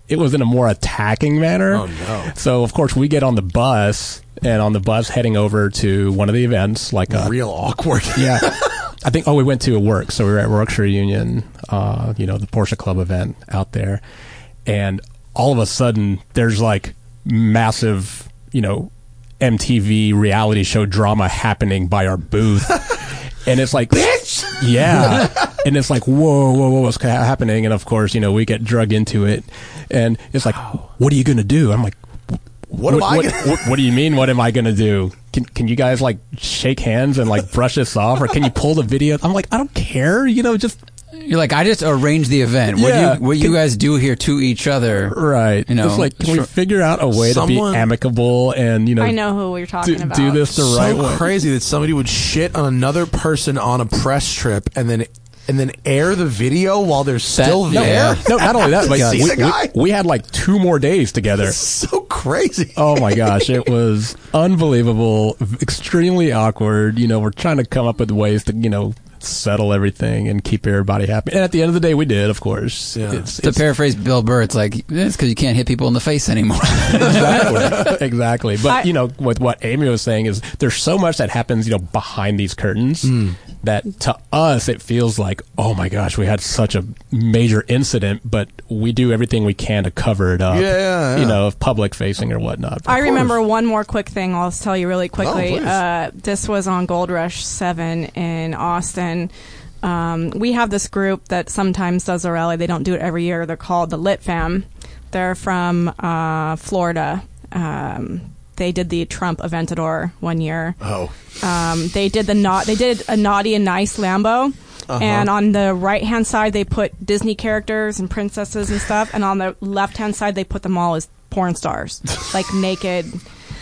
C: it was in a more attacking manner.
B: Oh, no.
C: So of course we get on the bus and on the bus heading over to one of the events, like a
B: Real awkward.
C: Uh, [LAUGHS] yeah. I think oh we went to a work, so we were at Workshire Union, uh, you know, the Porsche Club event out there, and all of a sudden there's like massive, you know, MTV reality show drama happening by our booth. And it's like, yeah. and it's like, whoa, whoa, whoa, what's ca- happening? And of course, you know, we get drugged into it. And it's like, what are you going to do? I'm like,
B: What am I
C: What,
B: gonna- [LAUGHS]
C: what, what do you mean? What am I going to do? Can, can you guys like shake hands and like brush this off, or can you pull the video? I'm like, I don't care. You know, just
E: You're like, I just arranged the event.
C: Yeah.
E: What you what you
C: Can-
E: guys do here to each other,
C: right.
E: You know,
C: just like, can we
E: sure.
C: figure out a way
B: Someone-
C: to be amicable and you know,
D: I know who you're
C: do,
D: talking about.
C: do this the
B: so
C: right way?
B: crazy that somebody would shit on another person on a press trip and then and then air the video while they're still
E: No,
B: there. [LAUGHS]
C: No, not only that, like,
B: Yeah.
C: we,
B: See the guy?
C: we, we had like two more days together.
B: So crazy.
D: Um,
C: Oh my gosh, it was unbelievable, extremely awkward. You know, we're trying to come up with ways to, you know, settle everything and keep everybody happy. And at the end of the day, we did, of course.
B: Yeah.
C: It's,
E: To
C: it's
E: paraphrase Bill Burr, it's like it's because you can't hit people in the face anymore. [LAUGHS]
C: exactly, exactly. But
D: I-
C: you know, with what Amy was saying is there's so much that happens, you know, behind these curtains that to us it feels like, oh my gosh, we had such a major incident, but we do everything we can to cover it up.
B: Yeah, yeah, yeah.
C: you know, public facing or whatnot.
D: I remember one more quick thing I'll tell you really quickly.
B: Oh, please.
D: uh, this was on Gold Rush 7 in Austin. Um, we have this group that sometimes does a rally. They don't do it every year. They're called the Lit Fam. They're from uh, Florida. Um, they did the Trump Aventador one year.
B: Oh.
D: Um, they did the not. They did a naughty and nice Lambo,
E: Uh-huh.
D: and on the right hand side they put Disney characters and
E: [LAUGHS]
D: princesses and stuff, and on the left hand side they put them all as porn stars, like naked.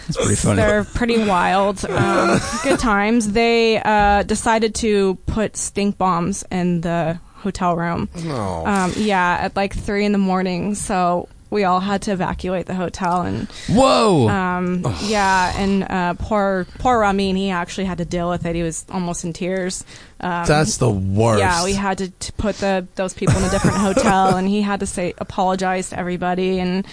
E: It's pretty funny.
D: They're pretty wild.
E: [LAUGHS]
D: Um, good times. They uh, decided to put stink bombs in the hotel room.
B: No.
E: Oh.
D: Um, yeah, at like three in the morning. So we all had to evacuate the hotel, and
E: Whoa!
D: um, yeah, and uh, poor poor Ramin, he actually had to deal with it. He was almost in tears. Um,
B: That's the worst.
D: yeah, we had to, to put the those people in
B: [LAUGHS]
D: a different hotel, and he had to say apologize to everybody, and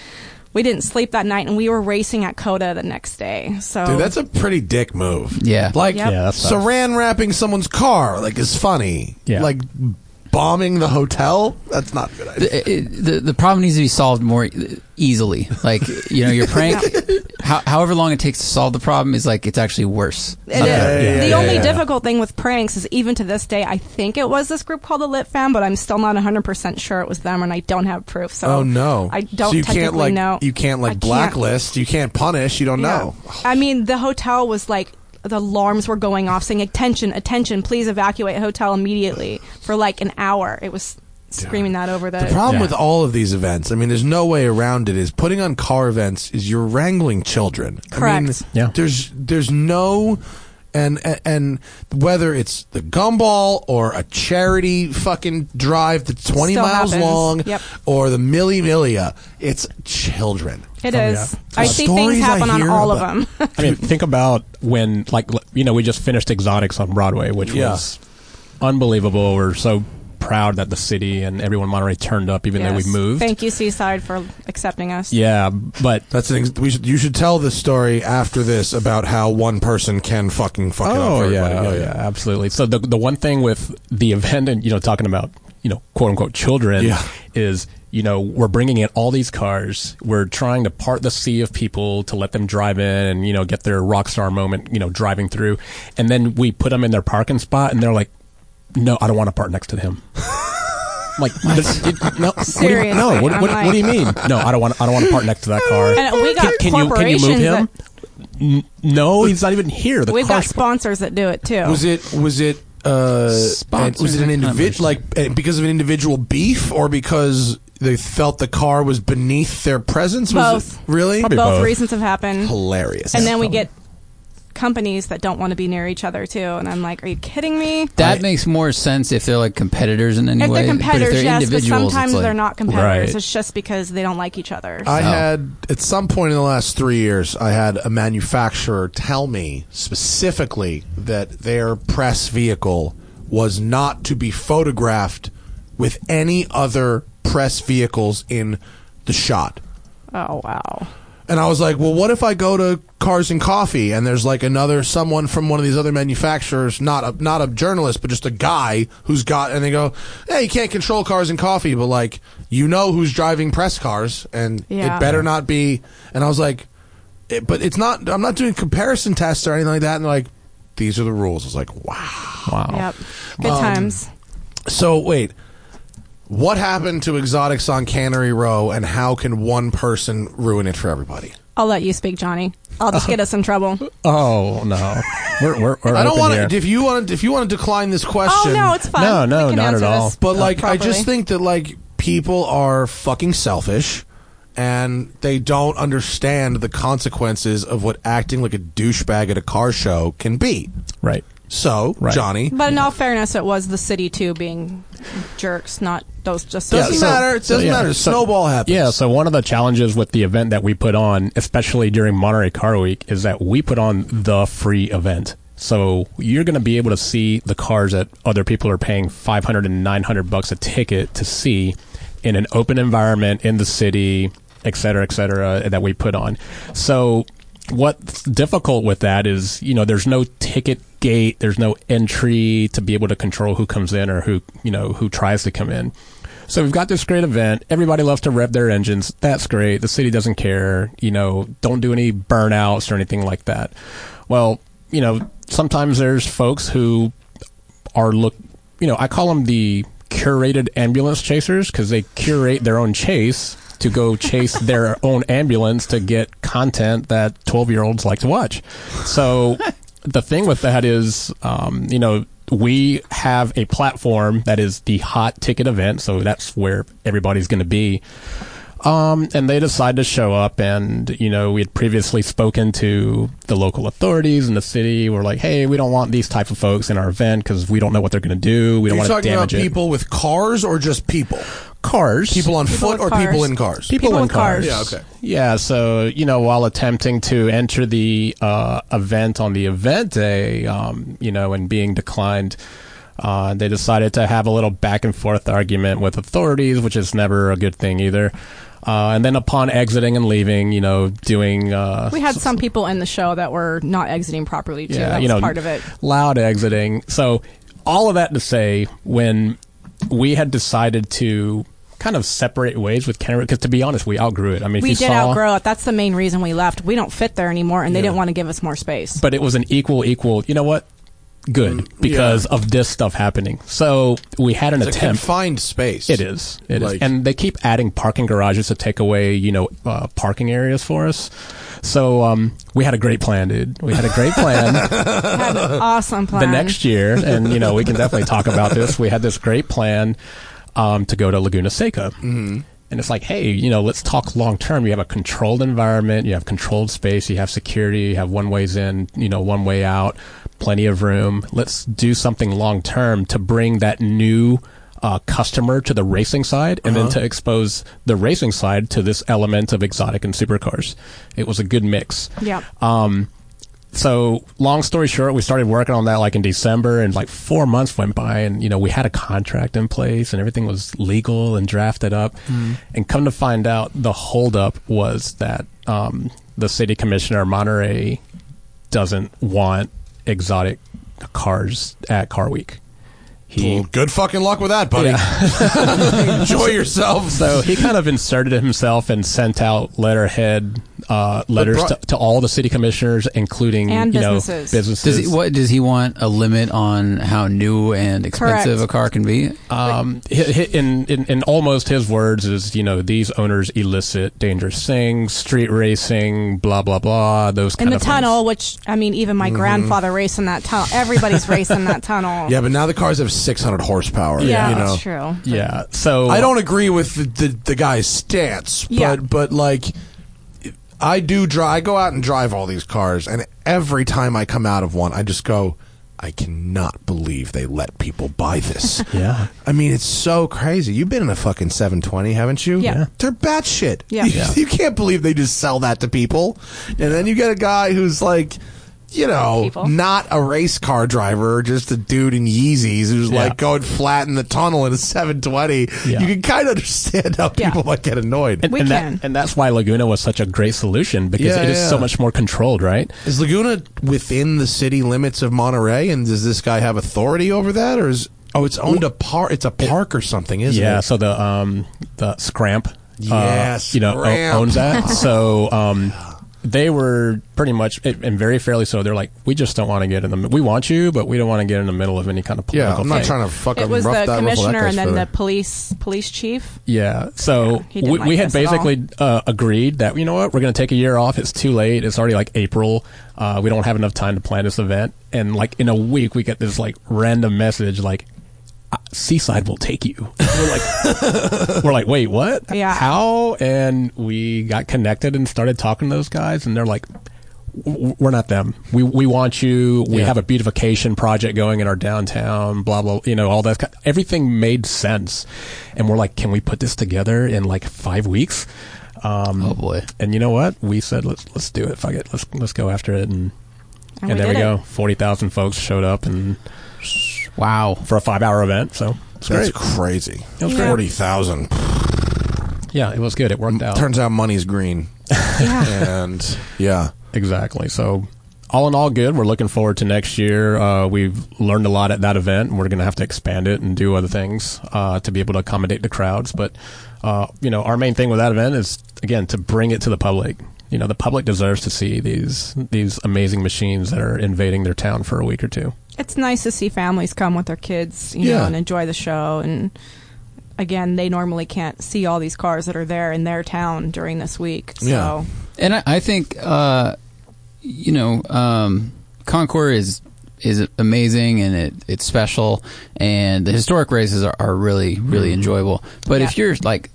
D: we didn't sleep that night, and we were racing at Coda the next day. So
B: Dude, that's a pretty dick move.
E: Yeah.
B: Like
D: Yep.
C: Yeah, that sucks.
B: saran wrapping someone's car like is funny.
C: Yeah.
B: Like bombing the hotel, that's not a good idea.
E: the, it- the the problem needs to be solved more e- easily. Like you know, your prank, how, however long it takes to solve the problem, is like it's actually worse.
D: It is.
E: Not better.
B: yeah,
D: the
B: yeah,
D: only
B: yeah.
D: difficult thing with pranks is even to this day, I think it was this group called the Lit Fam, but I'm still not 100% sure it was them, and I don't have proof. So
B: oh no.
D: I don't
B: so you
D: technically
B: can't like
D: know.
B: you can't
D: I
B: like
D: can't-
B: blacklist, you can't punish, you don't
D: Yeah.
B: know.
D: I mean, the hotel was like the alarms were going off saying attention, attention, please evacuate hotel immediately for like an hour. It was screaming that over the,
B: The problem
C: Yeah.
B: with all of these events, I mean, there's no way around it. Is putting on car events is you're wrangling children. I mean,
D: Correct.
C: Yeah.
B: There's there's no, and and whether it's the gumball or a charity fucking drive that's 20
D: Still
B: miles
D: happens.
B: long,
D: Yep.
B: or the Milli Millia, it's children.
C: Oh,
D: It is.
B: Oh, yeah.
D: I
B: The
D: see
B: stories
D: things
B: I
D: happen on
B: hear
D: all of
B: about-
D: them.
B: [LAUGHS]
C: I mean, think about when, like, l- you know, we just finished Exotics on Broadway, which
B: Yeah.
C: was unbelievable. We're so proud that the city and everyone in Monterey turned up, even though we moved.
D: Thank you, Seaside, for accepting us.
C: yeah, but
B: That's an ex- we should you should tell this story after this about how one person can fucking fuck it up.
C: oh
B: for
C: yeah,
B: everybody.
C: oh yeah, absolutely. So the the one thing with the event, and you know, talking about you know, quote unquote, children
B: Yeah.
C: is you know we're bringing in all these cars. We're trying to part the sea of people to let them drive in and you know get their rock star moment. You know, driving through, and then we put them in their parking spot, and they're like, "No, I don't want to park next to
B: [LAUGHS]
C: him." I'm like "It- it- no, what do you,
D: Seriously,
C: no, what,
D: I'm
C: what, what do you mean? No, I don't want. I don't want to park next to that car.
D: And we got
C: can, can you can you move
D: corporations
C: him? N- No, he's not even here. The
D: We've got
C: car's
D: sponsors that do it too.
B: Was it was it uh and
E: Sponsored
B: was it an
E: conversation.
B: individual like uh, because of an individual beef or because they felt the car was beneath their presence? Was
D: Both.
B: It, really?
D: both,
C: Probably both.
D: reasons have happened.
B: hilarious.
D: and then we get companies that don't want to be near each other too. And I'm like, are you kidding me?
E: That makes more sense if they're like competitors in any
D: If
E: way.
D: they're
E: but if
D: competitors,
E: they're
D: yes, but
E: individuals,
D: sometimes
E: it's like,
D: they're not competitors.
C: Right.
D: It's just because they don't like each other.
B: I
E: Oh.
B: had at some point in the last three years, I had a manufacturer tell me specifically that their press vehicle was not to be photographed with any other press vehicles in the shot.
D: oh wow.
B: And I was like, well, what if I go to Cars and Coffee and there's like another someone from one of these other manufacturers, not a not a journalist, but just a guy who's got, and they go, hey, you can't control Cars and Coffee, but like you know who's driving press cars, and
D: Yeah.
B: it better not be. And I was like, it, but it's not. I'm not doing comparison tests or anything like that. And they're like, these are the rules. I was like, wow.
C: Wow.
E: Oh.
D: Yep. Good
C: Um,
D: times.
B: So wait, what happened to exotics on Cannery Row, and how can one person ruin it for everybody?
D: I'll let you speak, Johnny. I'll just get us
C: [LAUGHS]
D: in trouble.
C: Oh no, we're we're,
B: [LAUGHS]
C: we're
B: I don't
C: open
B: want
C: here.
B: to. If you want to, if you want to decline this
D: Oh
B: question,
D: no, it's fine.
C: No, no,
D: we can
C: not
D: answer
C: at all.
D: This,
B: but
D: uh,
B: like I just
D: properly.
B: think that like people are fucking selfish, and they don't understand the consequences of what acting like a douchebag at a car show can be.
C: right.
B: So
C: Right.
B: Johnny,
D: But in all fairness, it was the city too being jerks, not those just.
B: doesn't
D: those people.
B: matter. It doesn't
C: yeah.
B: matter.
C: So-
B: Snowball happens.
C: Yeah. So one of the challenges with the event that we put on, especially during Monterey Car Week, is that we put on the free event. So you're going to be able to see the cars that other people are paying 500 and 900 bucks a ticket to see in an open environment in the city, et cetera, et cetera, that we put on. So what's difficult with that is you know there's no ticket gate there's no entry to be able to control who comes in or who you know who tries to come in so we've got this great event everybody loves to rev their engines that's great the city doesn't care you know don't do any burnouts or anything like that well you know sometimes there's folks who are look you know i call them the curated ambulance chasers because they curate their own chase to go chase [LAUGHS] their own ambulance to get content that 12 year olds like to watch so the thing with that is um, you know we have a platform that is the hot ticket event so that's where everybody's going to be Um, and they decide to show up, and you know we had previously spoken to the local authorities in the city. We're like, hey, we don't want these type of folks in our event because we don't know what they're going to do.
B: Are
C: We don't
B: you
C: want to
B: talking about
C: damage it.
B: people with cars or just people?
C: cars,
B: People on foot
D: with
B: or
D: cars.
B: people in cars?
C: people,
D: People
C: in
D: in
C: cars.
D: cars.
B: Yeah, okay.
C: Yeah, so you know, while attempting to enter the uh, event on the event day, um, you know, and being declined, uh, they decided to have a little back and forth argument with authorities, which is never a good thing either. Uh, and then upon exiting and leaving, you know, doing uh,
D: We had some people in the show that were not exiting properly too. that was part of it.
C: Loud exiting. So all of that to say, when we had decided to kind of separate ways with Kennewick, because to be honest, we outgrew it. I mean, if
D: We
C: you
D: did
C: saw,
D: outgrow it. That's the main reason we left. We don't fit there anymore, and they didn't want to give us more space.
C: but it was an equal equal. You know what? Good because of this stuff happening. So we had an
B: Mm, It's a
C: attempt.
B: confined space.
C: It is. It is.
B: Like-
C: And they keep adding parking garages to take away, you know, uh, parking areas for us. So um, we had a great plan, dude. We had a
B: [LAUGHS]
C: great plan.
D: We
C: [LAUGHS]
D: had an awesome plan.
C: the next year, and you know we can definitely talk about this. We had this great plan um, to go to Laguna Seca, mm-hmm. and it's like, hey, you know, let's talk long term. You have a controlled environment, you have controlled space, you have security, you have one ways in, you know, one way out, plenty of room. Let's do something long term to bring that new. Uh, customer to the racing side, and then to expose the racing side to this element of exotic and supercars. It was a good mix
D: Yeah.
C: Um, so long story short, we started working on that like in December, and like four months went by, and you know we had a contract in place, and everything was legal and drafted up.
E: Mm-hmm.
C: And come to find out, the holdup was that um, the city commissioner of Monterey doesn't want exotic cars at Car Week. He
B: Well, good fucking luck with that, buddy.
C: [LAUGHS]
B: Enjoy yourself.
C: so he kind of inserted himself and sent out letterhead uh, letters
B: Bri-
C: to, to all the city commissioners, including
D: And
C: you know
D: businesses.
E: Does
C: businesses.
E: he, what does he want a limit on how new and expensive
D: Correct.
E: a car can be?
C: Um, hi- hi- in, in in almost his words is you know these owners elicit dangerous things, street racing, blah blah blah. Those
D: in
C: kind
D: the
C: of
D: tunnel, which I mean, even
B: Mm-hmm.
D: my grandfather raced in that tunnel. Everybody's racing
B: [LAUGHS]
D: that tunnel.
B: yeah, but now the cars have 600 horsepower.
D: Yeah,
B: you know.
D: that's true.
C: Things. Yeah. So
B: I don't agree with the, the, the guy's stance, but
D: Yeah.
B: but like I do drive. I go out and drive all these cars, and every time I come out of one, I just go, I cannot believe they let people buy this.
C: [LAUGHS] Yeah.
B: I mean, it's so crazy. You've been in a fucking 720, haven't you?
D: Yeah. Yeah.
B: They're batshit.
D: Yeah.
B: You,
D: Yeah.
B: [LAUGHS] you can't believe they just sell that to people. And then you get a guy who's like, you know,
D: People.
B: not a race car driver, just a dude in Yeezys who's
C: Yeah.
B: like going flat in the tunnel in a 720.
C: Yeah.
B: You can kind of understand how
D: Yeah.
B: people might get annoyed.
C: And,
D: We
C: and
D: can.
C: That, and that's why Laguna was such a great solution because
B: Yeah,
C: it is
B: yeah.
C: so much more controlled, right?
B: Is Laguna within the city limits of Monterey? And does this guy have authority over that? Or is. Oh, it's owned a park. It's a park or something, isn't
C: yeah.
B: it?
C: So the um the Scramp, uh,
B: Yes,
C: you know, o-
B: Scramp. [LAUGHS]
C: owns that. so um, they were pretty much and very fairly so. They're like, we just don't want to get in the. mi- We want you, but we don't want to get in the middle of any kind of political.
B: Yeah, I'm not
C: thing.
B: trying to fucking
D: It was
B: rough that
D: the
B: ruffle that
D: commissioner
B: guy's
D: and then
B: feather.
D: the police
B: [LAUGHS]
D: police chief.
C: Yeah. So
D: he didn't
C: we,
D: like
C: we had
D: this at all.
C: basically uh, agreed that, you know what, we're going to take a year off. It's too late. It's already like April. Uh, we don't have enough time to plan this event. And like in a week, we get this like random message like, "Uh, Seaside will take you. [LAUGHS] We're like, we're like, wait, what?
D: Yeah.
C: How? And we got connected and started talking to those guys, and they're like, "W- we're not them. We we want you. We
B: Yeah.
C: have a beautification project going in our downtown. Blah blah. You know all that. ki- Everything made sense, and we're like, can we put this together in like five weeks? Um,
E: Oh, boy.
C: And you know what? We said let's let's do it. Fuck it. Let's let's go after it. And
D: And
C: and,
D: we
C: there
D: did
C: we go.
D: it.
C: Forty thousand folks showed up and
E: Wow.
C: for a five hour event. So it's
B: That's
C: great.
B: crazy.
C: It was great.
B: Forty thousand.
C: Yeah, it was good. It worked out.
B: Turns out money's green,
D: Yeah.
B: and yeah,
C: Exactly. So, all in all, good. We're looking forward to next year. Uh, we've learned a lot at that event, and we're going to have to expand it and do other things uh, to be able to accommodate the crowds. But, uh, you know, our main thing with that event is again to bring it to the public. You know, the public deserves to see these these amazing machines that are invading their town for a week or two.
D: it's nice to see families come with their kids, you
B: Yeah.
D: know, and enjoy the show. And again, they normally can't see all these cars that are there in their town during this week. So
B: Yeah. [LAUGHS]
E: And I, I think, uh, you know, um, Concord is is amazing and it, it's special, and the historic races are, are really really enjoyable. But if
D: Mm-hmm. Yeah.
E: you're like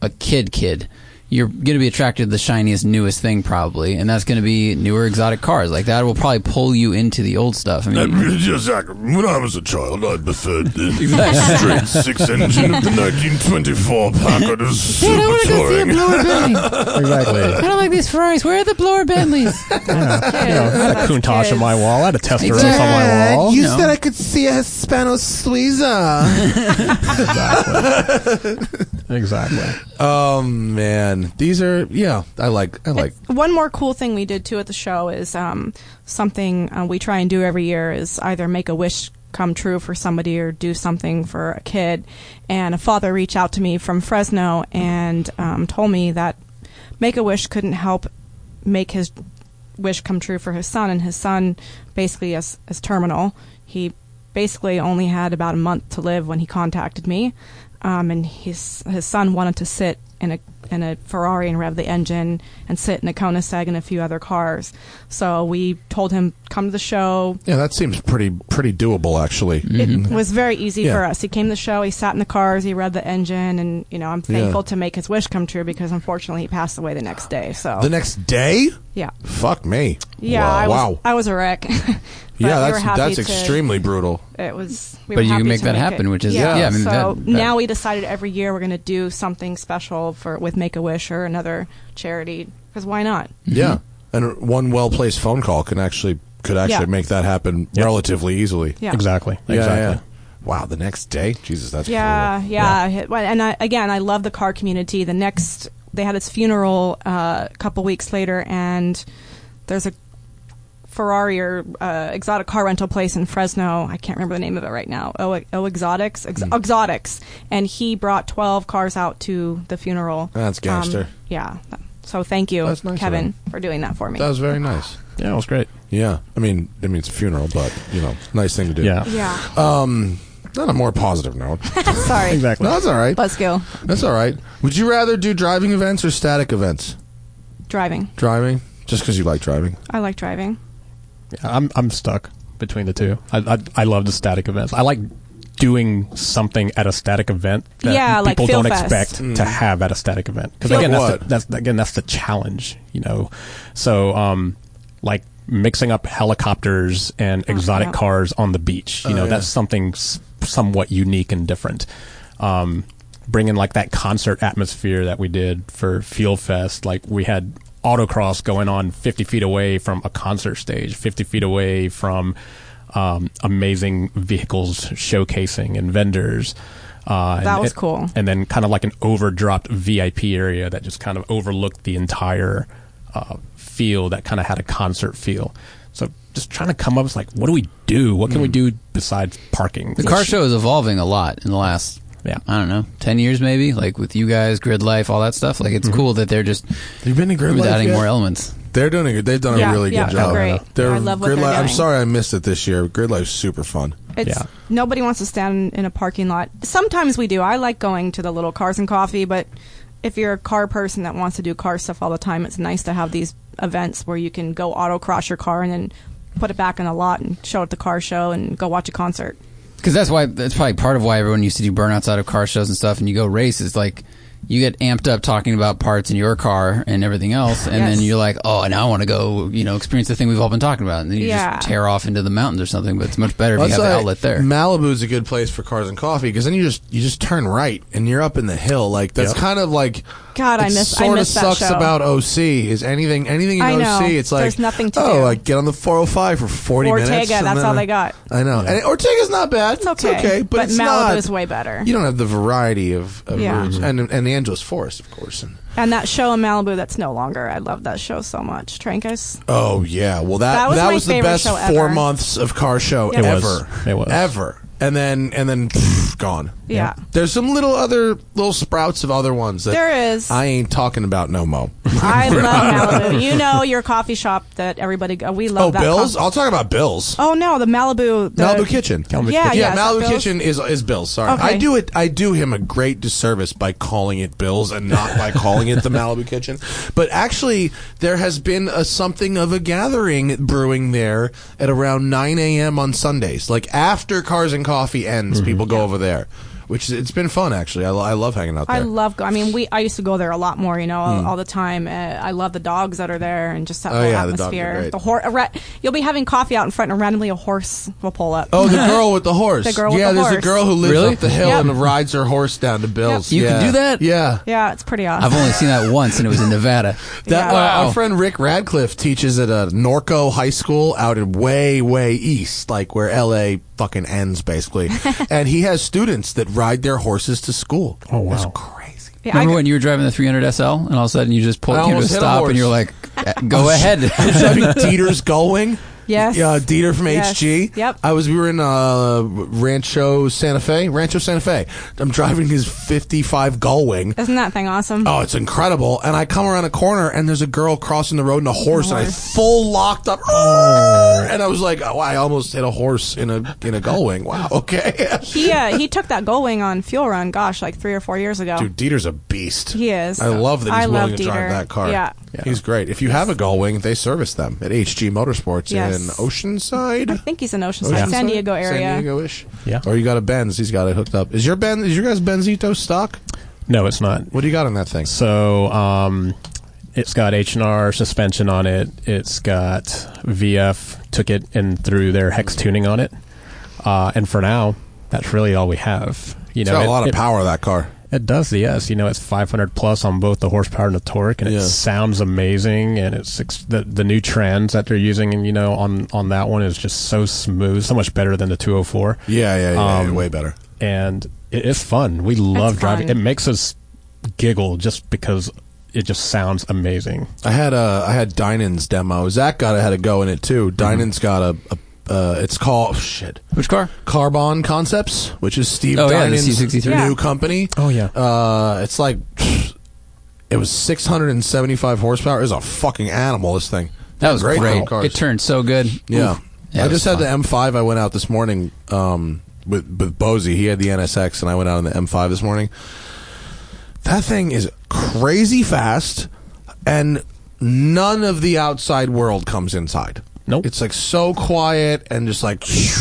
E: a kid, kid, you're going to be attracted to the shiniest, newest thing probably, and that's going to be newer exotic cars. Like that will probably pull you into the old stuff. I mean,
F: Zach, when I was a child, I preferred
D: [LAUGHS]
F: the straight six engine of the 1924
D: [LAUGHS]
F: Packard of Super Touring.
B: [LAUGHS]
E: blower Bentley.
C: Exactly.
E: don't like these Ferraris. Where are the blower Bentleys?
C: You know, I had a
D: [LAUGHS] That's
C: Countach on
D: kids.
C: my wall. I had a Testarossa
E: Exactly.
C: on my wall.
E: You said I
B: could see a Hispano Suiza.
C: Exactly.
B: [LAUGHS] oh man, these are yeah. I like I like.
D: One more cool thing we did too at the show is um, something uh, we try and do every year is either make a wish come true for somebody or do something for a kid. And a father reached out to me from Fresno and um, told me that Make a Wish couldn't help make his wish come true for his son, and his son basically is, is terminal. He basically only had about a month to live when he contacted me, um, and his his son wanted to sit in a in a Ferrari and rev the engine and sit in a Koenigsegg and a few other cars. So we told him come to the show.
B: Yeah, that seems pretty pretty doable actually.
D: It was very easy
B: Mm-hmm. Yeah.
D: for us. He came to the show, he sat in the cars, he read the engine, and you know I'm thankful
B: Yeah.
D: to make his wish come true because unfortunately he passed away the next day. So
B: The next day,
D: yeah.
B: fuck me.
D: Yeah,
B: Wow.
D: I was,
B: wow.
D: I was a wreck. [LAUGHS] But we
B: yeah,
D: were
B: that's
D: happy
B: that's
D: to-
B: extremely brutal.
D: It was, we were
E: But you can
D: happy
E: make
D: to
E: that happen,
D: it.
E: which is- yeah, I mean,
D: so
E: that- that-
D: now we decided every year we're going to do something special for with Make a Wish or another charity because why not?
B: Yeah, and one well placed phone call can actually could actually
D: Yeah.
B: make that happen relatively easily.
D: Yeah.
C: Exactly.
B: Yeah,
C: exactly.
B: yeah. Wow, the next day, Jesus, that's
D: Yeah,
B: brutal.
D: yeah. Well, And I, again, I love the car community. The next, they had its funeral uh, a couple weeks later, and there's a Ferrari or uh, exotic car rental place in Fresno. I can't remember the name of it right now. Oh, oh Exotics, Ex-
B: Mm.
D: Exotics, and he brought 12 cars out to the funeral. Um,
B: That's gangster.
D: yeah. So thank you,
B: That's nice of
D: Kevin,
B: him.
D: for doing that for me.
B: That was very nice.
C: Yeah, it was great.
B: Yeah, I mean, I mean, it's a funeral, but you know, nice thing to do.
C: Yeah.
D: yeah.
B: Um, on a more positive
D: [LAUGHS]
B: note,
D: Sorry.
C: Exactly.
B: no, that's all right.
D: Let's go
B: That's all right. Would you rather do driving events or static events?
D: driving.
B: Driving, just because you like driving.
D: I like driving.
C: I'm I'm stuck between the two. I I, I love the static events. I like doing something at a static event that
D: Yeah, like
C: people
D: Feel
C: don't
D: Fest.
C: expect to have at a static event. Because
B: Like
C: again, that's, the,
B: what?
C: that's again that's the challenge, you know. So um, like mixing up helicopters and exotic
D: Oh, yeah.
C: cars on the beach, you know,
B: yeah.
C: that's something s- somewhat unique and different. Um, bringing like that concert atmosphere that we did for Fuel Fest, like we had autocross going on 50 feet away from a concert stage, 50 feet away from um, amazing vehicles showcasing and vendors. Uh, and
D: That was
C: it-
D: cool.
C: And then kind of like an overdropped VIP area that just kind of overlooked the entire uh, feel that kind of had a concert feel. So just trying to come up with like, what do we do? What
B: Hmm.
C: can we do besides parking?
E: [LAUGHS] The car show is evolving a lot in the last,
C: Yeah.
E: I don't know, ten years maybe. Like with you guys, Grid Life, all that stuff. Like it's cool that they're just
B: You've Mm-hmm. been to Grid Life
E: adding
B: yet?
E: more elements.
B: They're doing a good. They've done
D: Yeah,
B: a really
D: yeah,
B: good
D: they're
B: job.
D: great. I love what
B: Grid
D: they're
B: Life- I'm
D: doing.
B: sorry I missed it this year. Grid Life's super fun.
D: It's
C: Yeah.
D: nobody wants to stand in a parking lot. Sometimes we do. I like going to the little cars and coffee, but if you're a car person that wants to do car stuff all the time, it's nice to have these events where you can go autocross your car and then put it back in the lot and show it at the car show and go watch a concert.
E: Because that's why that's probably part of why everyone used to do burnouts out of car shows and stuff. And you go race is like you get amped up talking about parts in your car and everything else, and
D: Yes.
E: then you're like, oh, now I want to go, you know, experience the thing we've all been talking about, and then you
D: Yeah.
E: just tear off into the mountains or something. But it's much better if
B: That's
E: you have
B: why
E: the outlet there.
B: Malibu's a good place for cars and coffee because then you just you just turn right and you're up in the hill. Like that's
C: Yeah.
B: kind of like
D: God, I miss- I
B: Sort of
D: miss that
B: sucks
D: show.
B: about OC is anything anything in
D: I know.
B: OC. It's like
D: There's nothing to
B: oh,
D: do.
B: like get on the 405 for 40
D: Ortega,
B: minutes. and
D: that's
B: then-
D: all they got.
B: I know. And Ortega's not bad.
D: It's okay,
B: but,
D: but
B: it's
D: Malibu
B: not-
D: is way better.
B: You don't have the variety of, of
D: Yeah.
B: routes. and and the Angeles Forest, of course. And,
D: And that show in Malibu that's no longer. I love that show so much. Trankos.
B: Oh yeah, well that that
D: That
B: was,
D: was my
B: the
D: favorite
B: best
D: show ever.
B: four months of car show
D: Yeah. It
B: ever.
C: was. It was.
B: ever, and then and then pff, gone.
D: Yeah.
B: there's some little other little sprouts of other ones that
D: There is.
B: I ain't talking about no mo.
D: I love Malibu. You know your coffee shop that everybody go. We love
B: oh,
D: that.
B: Bills.
D: coffee-
B: I'll talk about Bills.
D: oh no, the Malibu. The,
B: Malibu Kitchen.
D: Yeah, yeah, is that
B: Malibu
D: Bill's?
B: Kitchen is is Bills. Sorry,
D: Okay.
B: I do it. I do him a great disservice by calling it Bills and not by calling it the Malibu Kitchen. But actually, there has been a something of a gathering brewing there at around 9 a.m. on Sundays, like after Cars and Coffee ends. People go over there. which is, it's been fun actually. I, lo- I love hanging out there.
D: I love. Go- I mean, we. I used to go there a lot more. You know, all, all the time. Uh, I love the dogs that are there and just that
B: Mm. Oh,
D: whole
B: yeah, the dogs are
D: atmosphere.
B: great.
D: horse. you'll be having coffee out in front, and randomly a horse will pull up. [LAUGHS]
B: Oh, the girl with the horse.
D: The girl with
B: yeah,
D: the
B: there's a
D: horse.
B: girl who lives
E: Really?
B: up the hill
D: Yep.
B: and rides her horse down to Bill's.
E: You can
B: Yeah.
E: do that?
B: Yeah.
D: Yeah, it's pretty awesome.
E: I've only seen that once, and it was in Nevada.
B: That,
D: Yeah.
B: uh,
E: Wow.
B: Our friend Rick Radcliffe teaches at a Norco High School out in way, way east, like where L.A. fucking ends,
D: [LAUGHS]
B: basically. and he has students that ride their horses to school. Oh, wow. That's crazy.
D: Yeah, I-
E: Remember when you were driving the 300 SL, and all of a sudden you just pulled
B: I
E: came to a
B: almost hit a
E: stop,
B: horse.
E: and you're like, "Eh,
B: [LAUGHS]
E: "Go ahead."
B: Driving
D: [LAUGHS]
B: Dieter's Gullwing.
D: Yes.
B: Yeah, Dieter from
D: Yes.
B: HG.
D: Yep.
B: I was. We were in uh, Rancho Santa Fe. Rancho Santa Fe. I'm driving his 55 Gullwing.
D: Isn't that thing awesome?
B: Oh, it's incredible. And I come around a corner and there's a girl crossing the road and a horse, and I
D: horse.
B: full locked up. And I was like, oh, I almost hit a horse in a in a gullwing. Wow, [LAUGHS] okay.
D: He uh, he took that Gullwing on Fuel Run. Gosh, like three or four years ago.
B: Dude, Dieter's a beast.
D: He is.
B: I love that
D: I
B: he's willing
D: love
B: to drive
D: Dieter.
B: that car.
D: Yeah.
B: He's great. If you have a gullwing, they service them at HG Motorsports
D: Yes.
B: in Oceanside.
D: I think he's in Oceanside, San
B: Oceanside?
D: Diego area.
B: Oh, San Diego ish.
C: Yeah.
B: Or you got a Benz. He's got it hooked up. Is your Ben? Is your guys Benzito stock?
C: No, it's not.
B: What do you got on that thing?
C: So um, it's got H and R suspension on it. It's got VF took it and threw their hex tuning on it. Uh, and for now, that's really all we have. You
B: It's
C: know,
B: got
C: it-
B: a lot of
C: it-
B: power. That car.
C: It does, yes. You know, it's 500 plus on both the horsepower and the torque, and
B: Yeah.
C: it sounds amazing. And it's ex- the the new trends that they're using, and you know, on on that one is just so smooth, so much better than the 204.
B: Yeah, yeah, yeah.
C: Um,
B: way better.
C: and it, it's fun. We love driving.
D: fun.
C: It makes us giggle just because it just sounds amazing.
B: I had uh, I had Dinan's demo. Zach got had a go in it
E: Mm-hmm.
B: too. Dinan's got a, a uh, it's called oh, shit
E: Which car?
B: Carbon Concepts, which is Steve
E: Oh, yeah, the
B: Dinan's
E: C63.
B: new
D: Yeah.
B: company.
C: Oh, yeah.
B: uh, it's like it was 675 horsepower. It was a fucking animal. This thing
E: That was great.
B: little cars.
E: It turned so good.
B: Yeah.
E: Oof. Yeah,
B: I
E: it was
B: just had
E: fun.
B: the M5. I went out this morning um, with with Bozy. He had the NSX, and I went out on the M5 this morning. That thing is crazy fast, and none of the outside world comes inside.
C: Nope.
B: It's like so quiet and just like, [LAUGHS]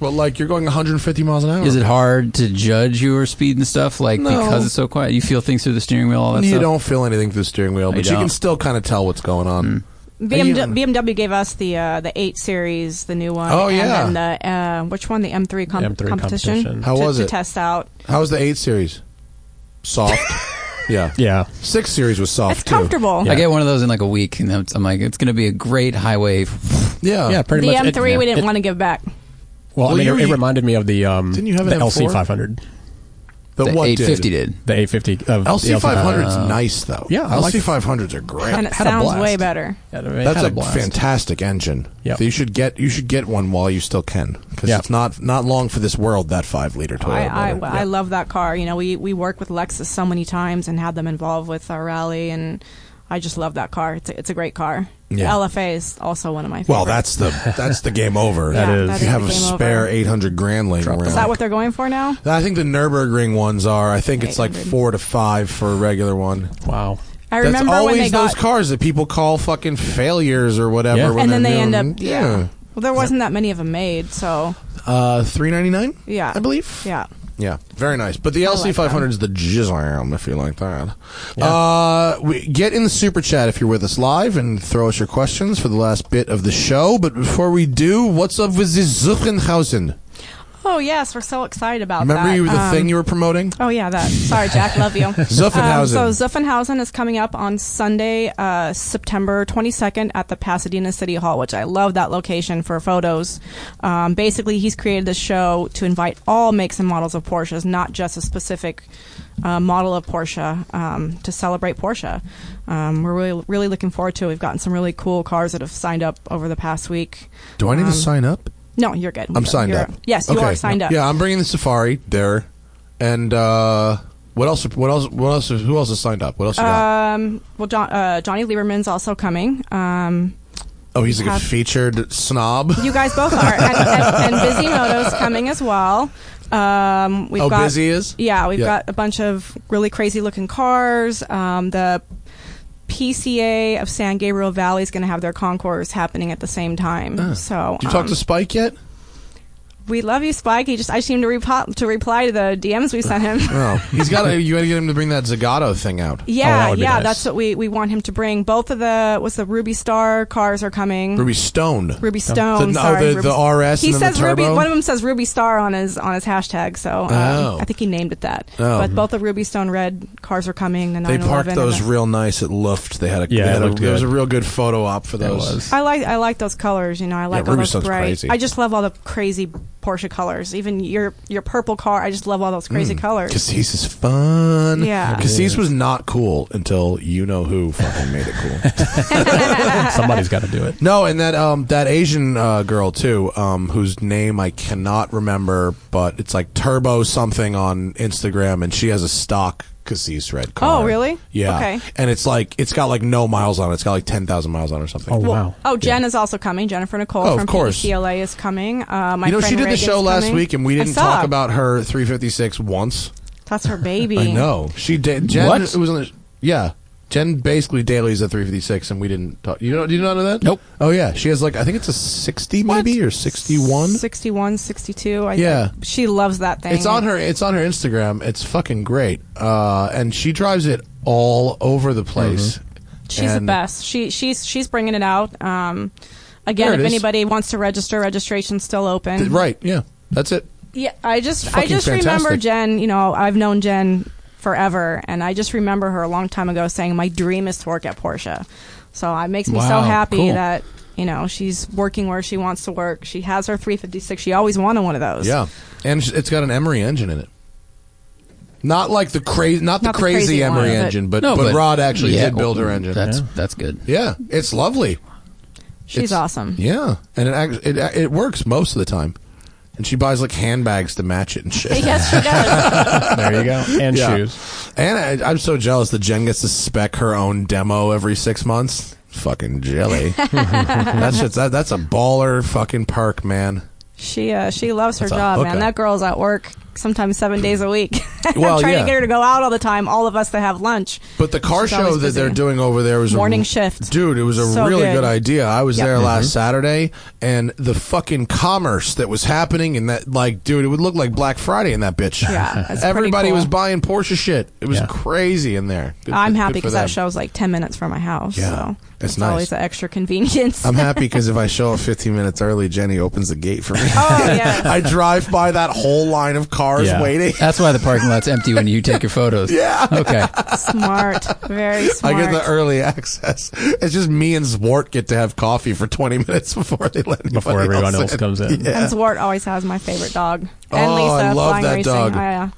B: but like you're going 150 miles an hour.
E: Is it hard to judge your speed and stuff? Like
B: No.
E: because it's so quiet, you feel things through the steering wheel. All that
B: You
E: stuff.
B: don't feel anything through the steering wheel, but you can
E: don't. Mm.
B: still kind of tell what's going on.
D: BMW,
B: Are you-
D: BMW gave us the uh, the eight series, the new one.
B: Oh, yeah.
D: And then the uh, which one? The M3, com-
C: M3
D: competition.
C: competition.
B: How
D: to,
B: was
D: to
B: it?
D: test out.
B: How's the eight series?
E: [LAUGHS]
B: Soft. yeah.
C: Yeah.
B: Six series was soft
D: It's
B: too.
D: comfortable.
E: I get one of those in like a week, and I'm, I'm like, it's going to be a great highway.
B: Yeah.
C: yeah, pretty
D: the
C: much. It-
D: M3 we
C: it-
D: didn't want to give back.
B: Well,
C: Well, I mean,
B: you-
C: it, it
B: you-
C: reminded me of the um,
B: Didn't you have
C: the
B: an
C: LC
B: M4?
C: 500,
B: The,
E: The
B: what
E: 850 did.
C: the A50 of the
B: LC
C: LC500.
B: 500 is nice though.
C: Yeah, I like
B: LC
C: it.
B: 500s are great.
D: And it
C: had a
D: sounds
C: blast.
D: way better.
C: Yeah, I mean, it
B: That's
C: had
B: a
C: blast.
B: fantastic engine.
C: Yep.
B: So you should get you should get one while you still can because
C: Yeah.
B: it's not not long for this world that five liter Toyota.
D: I, I,
B: motor.
D: I love that car. You know, we, we work with Lexus so many times and had them involved with our rally, and I just love that car. It's a, it's a great car.
B: Yeah.
D: LFA is also one of my favorites.
B: well, that's the
D: [LAUGHS]
B: that's the game over.
D: That Yeah, is. that
B: If you
D: is
B: have
D: the
B: a
D: game over.
B: spare eight hundred grand laying around.
D: Is that what they're going for now?
B: I think the Nurburgring ones are. I think it's like
D: 800.
B: four to five for a regular one.
C: Wow.
D: I
B: That's
D: remember
B: always
D: when they
B: those
D: got
B: cars that people call fucking failures or whatever.
C: Yeah.
B: when
D: and then
B: they're
D: they end
B: new
D: up
B: and-
D: yeah. Well, there wasn't that many of them made, so
B: Uh, three ninety nine.
D: Yeah.
B: I believe.
D: yeah.
B: Yeah, very nice. But the LC
D: like
B: five hundred is the jizzam if you like that. Uh, we, get in the super chat if you're with us live and throw us your questions for the last bit of the show. But before we do, what's up with the Zuchenhausen?
D: Oh yes, we're so excited about
B: Remember
D: that.
B: you the
D: Um,
B: thing you were promoting?
D: Oh yeah, that. Sorry, Jack.
B: [LAUGHS]
D: Love you.
B: Zuffenhausen.
D: Um, so Zuffenhausen is coming up on Sunday, uh, September 22nd at the Pasadena City Hall, which I love that location for photos. Um, basically, he's created this show to invite all makes and models of Porsches, not just a specific uh, model of Porsche, um, to celebrate Porsche. Um, we're really really looking forward to it. We've gotten some really cool cars that have signed up over the past week.
B: Do I need
D: um,
B: to sign up?
D: No, you're good.
B: I'm signed
D: You're-
B: up.
D: Yes, you
B: Okay.
D: are signed up.
B: Yeah, I'm bringing the Safari there, and uh, what else? What else? What else? Who else is signed up? What else? You got?
D: Um, well, John, uh, Johnny Lieberman's also coming. Um,
B: Oh, he's like a
D: have-
B: featured snob. [LAUGHS]
D: you guys both are, and, and, and Busy Moto's coming as well. Um, we've
B: Oh,
D: got
B: Busy is?
D: yeah, we've
B: Yeah.
D: got a bunch of really crazy looking cars. Um, the PCA of San Gabriel Valley is going to have their concourse happening at the same time. So [LAUGHS]
B: Did Ah. you talk
D: um,
B: to Spike yet?
D: We love you, Spike. He just I just seem to repo- to reply to the DMs we sent him.
B: [LAUGHS] Oh, he's got. to You got to get him to bring that Zagato thing out.
D: [LAUGHS] Yeah,
C: would be
D: yeah,
C: nice.
D: that's what we, we want him to bring. Both of the what's the Ruby Star cars are coming.
B: Ruby Stone.
D: Ruby Stone.
B: The- no,
D: sorry,
B: the-
D: Ruby-
B: the RS
D: He
B: and then the
D: says Ruby.
B: Turbo?
D: One of them says Ruby Star on his on his hashtag. So um,
B: Oh.
D: I think he named it that.
B: Oh.
D: But both the Ruby Stone red cars are coming. The
B: They
D: 911.
B: parked
D: and
B: those
D: the-
B: real nice at Luft. They had a.
C: Yeah,
B: they
C: it
B: had a-
C: looked
B: there was a
C: good.
B: real good photo op for those.
C: was.
D: I like I like those colors. You know, I like all
B: Ruby
D: those
B: Stone's
D: bright.
B: crazy.
D: I just love all the crazy Porsche colors. Even your your purple car. I just love all those
B: Mm.
D: crazy colors.
B: Cassis is fun.
D: Yeah.
B: Cassis was not cool until you know who fucking made it
C: [LAUGHS]
B: cool.
D: [LAUGHS]
C: Somebody's got to do it.
B: no, and that um that Asian uh, girl too, um whose name I cannot remember, but it's like Turbo something on Instagram, and she has a stock Cassis red car.
D: Oh, really?
B: Yeah.
D: Okay.
B: And it's like it's got like no miles on it. It's got like ten thousand miles on it or something.
C: Oh, wow.
D: Oh, Jen is also coming. Jennifer Nicole
B: Oh, of
D: from
B: course.
D: PDCLA is coming. Uh, my
B: you know, she
D: friend
B: did
D: Reagan's
B: the show last
D: coming.
B: week, and we
D: I
B: didn't
D: saw.
B: talk about her 356 once.
D: That's her
B: [LAUGHS]
D: baby.
B: I know she did. Jen,
E: What?
B: It was on the, yeah. Jen basically dailies a 356, and we didn't talk. You know? Do you know none of that?
E: Nope.
B: Oh yeah, she has like I think it's a 60 maybe or 61.
D: 61, 62. I
B: Yeah.
D: think. She loves that thing.
B: It's on her. It's on her Instagram. It's fucking great. Uh, and she drives it all over the place.
E: Mm-hmm.
D: She's the
B: And-
D: best. She she's she's bringing it out. Um, again,
B: There
D: if
B: it is.
D: anybody wants to register, registration's still open.
B: Th- Right? Yeah. That's it.
D: Yeah, I just I
B: Fucking
D: just remember
B: fantastic.
D: Jen. You know, I've known Jen forever, and I just remember her a long time ago saying, "My dream is to work at Porsche." So uh, it makes me so
E: Wow,
D: happy
E: cool.
D: that you know she's working where she wants to work. She has her 356. She always wanted one of those.
B: Yeah. And sh- it's got an Emery engine in it. Not like the crazy, not,
D: Not
B: the
D: the
B: crazy,
D: crazy
B: Emery
D: one, but-
B: engine, but, but, Rod actually
E: yeah,
B: did build her engine.
E: That's that's good.
B: yeah, it's lovely.
D: she's
B: It's-
D: awesome.
B: Yeah, and it act- it it works most of the time. And she buys like handbags to match it and shit.
D: Yes, she does.
C: There you go. And
B: Yeah.
C: shoes.
B: And I, I'm so jealous that Jen gets to spec her own demo every six months. Fucking
D: [LAUGHS]
B: jelly. that's just that, that's a baller fucking perk, man.
D: she uh, she loves her
B: That's a
D: job, man.
B: hooker.
D: That girl's at work sometimes seven days a week. [LAUGHS]
B: Well,
D: I'm trying
B: yeah.
D: to get her to go out all the time. All of us that have lunch.
B: But the car
D: She's
B: show
D: always
B: that they're
D: busy.
B: doing over there was
D: Morning
B: a,
D: shift.
B: Dude, it was a
D: So
B: really good.
D: good.
B: idea. I was
D: Yep. Mm-hmm.
B: there last Saturday, and the fucking commerce that was happening, and that like, dude, it would look like Black Friday in that bitch.
D: Yeah, it's
B: everybody
D: pretty cool.
B: was buying Porsche shit. It was
C: Yeah.
B: crazy in there. Good-
D: I'm
B: good
D: happy
B: for
D: because
B: them.
D: that show's like ten minutes from my house.
B: Yeah,
D: so
B: that's
D: it's
B: nice.
D: always an extra convenience.
B: I'm happy because if I show up 15 minutes early, Jenny opens the gate for me.
D: oh yeah.
B: [LAUGHS] I drive by that whole line of cars
C: Yeah.
E: [LAUGHS]
B: waiting.
E: That's why the parking lot's empty when you take your photos.
B: [LAUGHS] Yeah.
E: Okay.
D: [LAUGHS] smart, very smart.
B: [LAUGHS] I get the early [LAUGHS] access. It's just me and Zwart get to have coffee for 20 [LAUGHS] minutes before they let anybody
C: Before everyone else
B: in.
C: comes in.
D: and Zwart always has my favorite dog. And
B: Oh,
D: Lisa,
B: I love
D: flying
B: that
D: racing.
B: dog.
D: I, uh,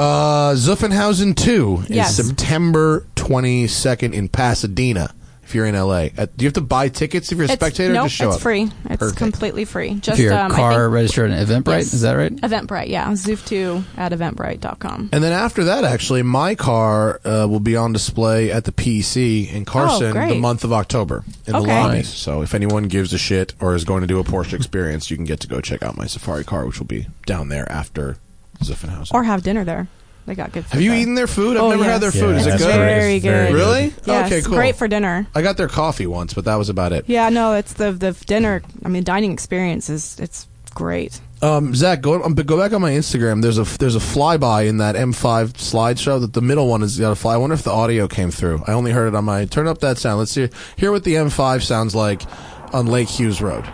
B: Uh, Zuffenhausen 2
D: Yes.
B: is September 22nd in Pasadena. If you're in LA, Uh, do you have to buy tickets if you're a
D: it's,
B: spectator? or
D: nope,
B: just show
D: it's
B: up?
D: free. It's
B: Perfect.
D: completely free. Just
E: If your
D: um, I
E: car registered at Eventbrite,
D: Yes.
E: is that right?
D: think Eventbrite, yeah, Zoof2 at Eventbrite.com.
B: And then after that, actually, my car uh, will be on display at the PEC in Carson
D: great.
B: the month of October in the
D: Okay.
B: lobby.
E: Nice.
B: So if anyone gives a shit or is going to do a Porsche experience, you can get to go check out my safari car, which will be down there after Zuffenhausen.
D: Or have dinner there. They got good food.
B: Have you
D: there.
B: eaten their food? I've
D: Oh,
B: never
D: yes.
B: had their
D: Yeah,
B: food. Is it
C: that's
B: good?
C: great.
D: Very
C: It's very
D: good.
C: good.
B: Really?
D: Yes,
B: okay, cool.
D: Great for dinner.
B: I got their coffee once, but that was about it.
D: Yeah, no, it's the the dinner. I mean, dining experience is it's great.
B: Um, Zach, go um, go back on my Instagram. There's a there's a flyby in that M5 slideshow that the middle one has got a fly. I wonder if the audio came through. I only heard it on my. Turn up that sound. Let's hear hear what the M5 sounds like on Lake Hughes Road.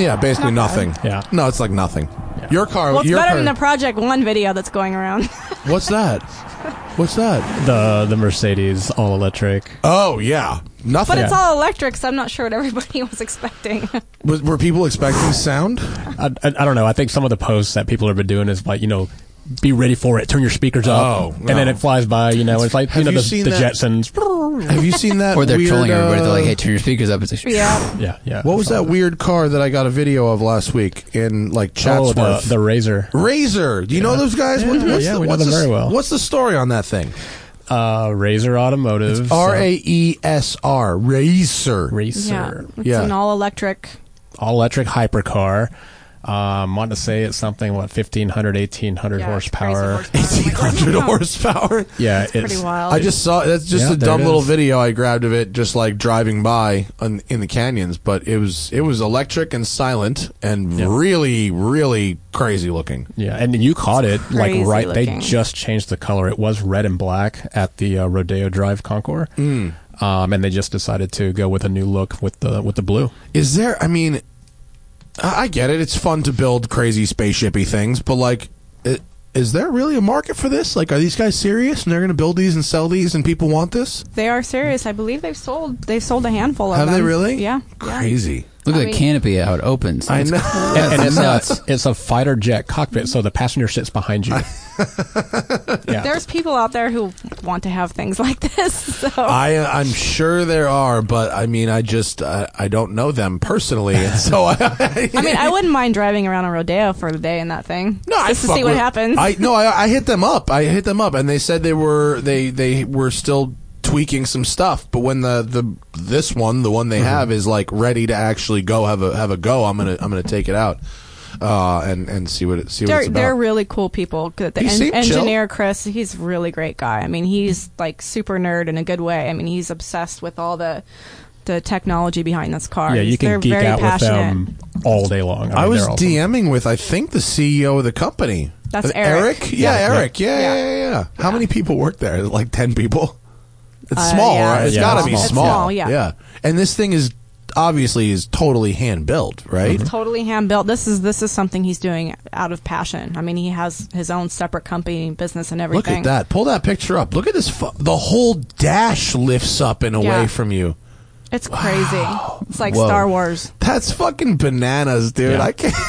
B: Yeah, basically
D: Not bad.
B: nothing.
C: Yeah.
B: no, it's like nothing. Your car.
D: Well, it's
B: Oh, your
D: better
B: car,
D: than the Project One video that's going around. [LAUGHS]
B: What's that? What's that?
C: The the Mercedes all electric.
B: Oh yeah, nothing.
D: but it's
C: Yeah.
D: all electric, so I'm not sure what everybody [LAUGHS]
B: [LAUGHS]
D: was expecting.
B: Was- were people expecting sound?
C: I, I, I don't know. I think some of the posts that people have been doing is like, you know, be ready for it. Turn your speakers
B: Oh,
C: up.
B: no.
C: And then it flies by, you know, it's like,
B: have
C: you know,
B: you
C: the,
B: seen
C: the
B: that-
C: Jetsons.
B: Have you seen that?
E: [LAUGHS] Or they're
B: weird,
E: trolling everybody. They're like,
B: uh,
E: hey, turn your speakers up. It's like,
D: yeah.
C: Yeah, yeah.
B: What was that weird car that I got a video of last week in like
C: Oh,
B: Chatsworth?
C: the, the Razor.
B: Razor. Do you know those guys? What-
C: Yeah,
B: what's
C: yeah,
B: the,
C: we know
B: what's
C: them
B: the-
C: very well.
B: What's the story on that thing?
C: Uh, Razor Automotive. so-
B: R A E S R. Racer.
C: Racer.
D: Yeah, it's
B: Yeah.
D: an all electric.
C: all electric hypercar. Um, want to say it's something what 1500, 1800
D: Yeah, it's crazy
C: horsepower.
D: horsepower. I'm like,
B: 100
D: wow.
B: horsepower.
C: [LAUGHS] Yeah, it's,
D: Pretty wild.
B: I just saw that's just
C: Yeah,
B: a
C: there
B: dumb
C: it
B: little
C: is.
B: video I grabbed of it, just like driving by on, in the canyons. But it was it was electric and silent and really really crazy looking.
C: Yeah, and you caught it like
D: crazy
C: right. They
D: looking.
C: just changed the color. It was red and black at the uh, Rodeo Drive Concours, mm. um, and they just decided to go with a new look with the with the blue.
B: Is there? I mean, I, I get it. It's fun to build crazy spaceshipy things, but like, i- is there really a market for this? Like, are these guys serious and they're going to build these and sell these and people want this?
D: They are serious. I believe they've sold. They've sold a handful of
B: Have
D: them.
B: they really?
D: Yeah. yeah.
B: Crazy.
E: Look
D: I
E: at
D: mean-
E: the canopy how it opens.
B: I
E: That's
B: know.
C: And, and it's
E: nuts.
C: a it's a fighter jet cockpit, so the passenger sits behind you. yeah,
D: There's people out there who want to have things [LAUGHS] like this. So
B: [LAUGHS] I, I'm sure there are, but I mean, I just I, I don't know them personally, and so I. [LAUGHS]
D: I mean, I wouldn't mind driving around a rodeo for the day in that thing. just to
B: fuck
D: see what
B: with-
D: happens.
B: I no, I, I hit them up. I hit them up, and they said they were they they were still tweaking some stuff. But when the the this one, the
D: Mm-hmm.
B: one they have, is like ready to actually go have a have a go, I'm gonna I'm gonna take it out, uh, and and see what it, see what
D: they're
B: it's about.
D: they're really cool people. The
B: He
D: en-
B: seemed chill.
D: engineer Chris, he's a really great guy. I mean, he's like super nerd in a good way. I mean, he's obsessed with all the the technology behind this car.
C: yeah, you
D: He's-
C: can
D: they're
C: geek
D: very
C: out
D: passionate.
C: with them all day long.
B: I
C: mean,
B: was
C: they're awesome.
B: DMing with I think the CEO of the company.
D: That's
B: Uh,
D: Eric.
B: Yeah,
C: Yeah.
B: Eric. Yeah, yeah,
D: Yeah.
B: yeah, yeah. How many people work there? Like ten people. It's
D: Uh,
B: small,
D: yeah.
B: right? It's
C: Yeah,
B: got to
C: it's
B: be small.
C: small.
D: It's small, yeah.
B: yeah. And this thing is obviously is totally hand built, right?
D: Totally hand built. This is this is something he's doing out of passion. I mean, he has his own separate company, business, and
B: Look
D: everything.
B: at that. Pull that picture up. Look at this. Fu- the whole dash lifts up and away
D: Yeah.
B: from you.
D: It's crazy. It's like
B: Whoa.
D: Star Wars.
B: That's fucking bananas, dude.
C: Yeah.
B: I can't. [LAUGHS]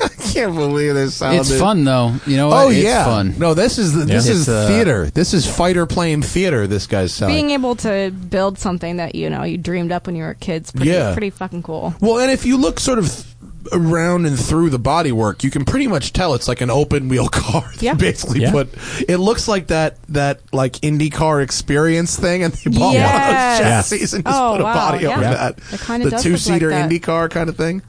B: I can't believe this. Sound
E: It's
B: dude.
E: fun though. You know what?
B: Oh
E: it's
B: yeah.
E: fun.
B: No, this is this
C: Yeah.
B: is
E: It's, uh,
B: theater. This is fighter plane theater. This guy's selling.
D: Being able to build something that you know you dreamed up when you were kids, pretty,
B: Yeah.
D: pretty fucking cool.
B: Well, and if you look sort of around and through the bodywork, you can pretty much tell it's like an open wheel car. They
D: Yeah.
B: basically
C: Yeah.
B: put it looks like that that like IndyCar experience thing, and they bought
D: Yes.
B: one of those chassis and just
D: Oh,
B: put a
D: wow,
B: body over
D: yeah.
B: that.
D: It kinda does
B: the two
D: look
B: seater
D: like that.
B: IndyCar kind of thing.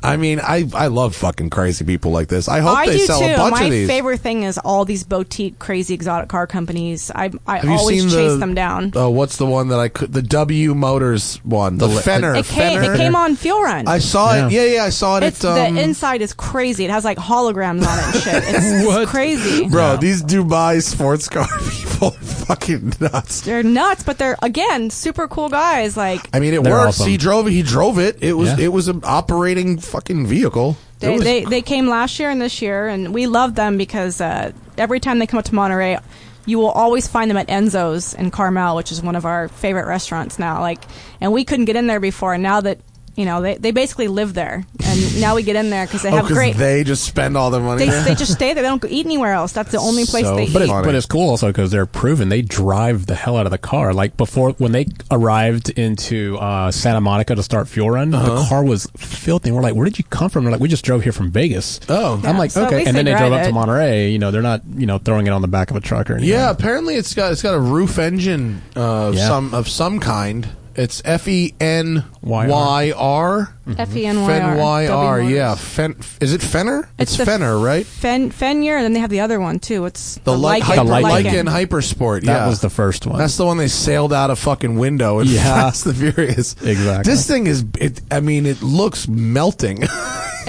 B: I mean, I I love fucking crazy people like this. I hope
D: I
B: they
D: do
B: sell
D: too.
B: a bunch
D: My
B: of these.
D: favorite thing is all these boutique, crazy exotic car companies. I I
B: Have you
D: always
B: seen
D: chase
B: the,
D: them down.
B: Oh, what's the one that I could? The W Motors one, the,
E: le-
B: Fenner.
D: it came
B: Fenner.
D: it came on Fuel Run.
B: I saw it. Yeah,
C: Yeah.
B: yeah, I saw it.
D: it's
B: at, um,
D: the inside is crazy. It has like holograms on it
B: [LAUGHS]
D: and shit. It's, it's crazy.
B: Bro, these Dubai sports car [LAUGHS] people are fucking nuts.
D: They're nuts, but they're again super cool guys. Like
B: I mean, it
C: They're
B: works.
C: awesome.
B: He drove. He drove it. It was.
C: Yeah.
B: It was an operating fucking vehicle. It
D: They,
B: was-
D: they they came last year and this year, and we love them because uh, every time they come up to Monterey, you will always find them at Enzo's in Carmel, which is one of our favorite restaurants now. Like, and we couldn't get in there before, and now that you know, they, they basically live there, and [LAUGHS] now we get in there because they
B: oh,
D: have
B: 'cause
D: great. They,
B: they just spend all their money. [LAUGHS]
D: they, just stay there. They don't go eat anywhere else. That's the only place
B: So
D: they
C: But
D: eat.
C: it's,
B: Funny.
C: but it's cool also because they're proven they drive the hell out of the car. Like before, when they arrived into uh, Santa Monica to start Fuel Run, the
B: Uh-huh.
C: car was filthy. We're like, where did you come from? They're like, we just drove here from Vegas.
B: Oh.
C: I'm like,
D: so at
C: okay.
D: least
C: And
D: they
C: then they
D: drive
C: drove up
D: it.
C: to Monterey. You know, they're not, you know, throwing it on the back of a truck or anything.
B: yeah, apparently it's got it's got a roof engine uh, of
C: Yeah.
B: some of some kind. It's F E N Y R.
D: F E N Y
B: Fen Y R.
D: R.
B: Yeah. Fen. Is it Fenner?
D: It's the-
B: Fenner, right?
D: Fen Fenyer, and then they have the other one too. It's
B: The, Ly-
D: Lycan.
B: Hyper-
C: Lycan.
B: Lycan Hypersport.
C: That
B: yeah.
C: was the first one.
B: That's the one they sailed out a fucking window [LAUGHS] in
C: Yeah.
B: Fast the Furious.
C: Exactly.
B: This thing is, it, I mean, it looks melting. [LAUGHS]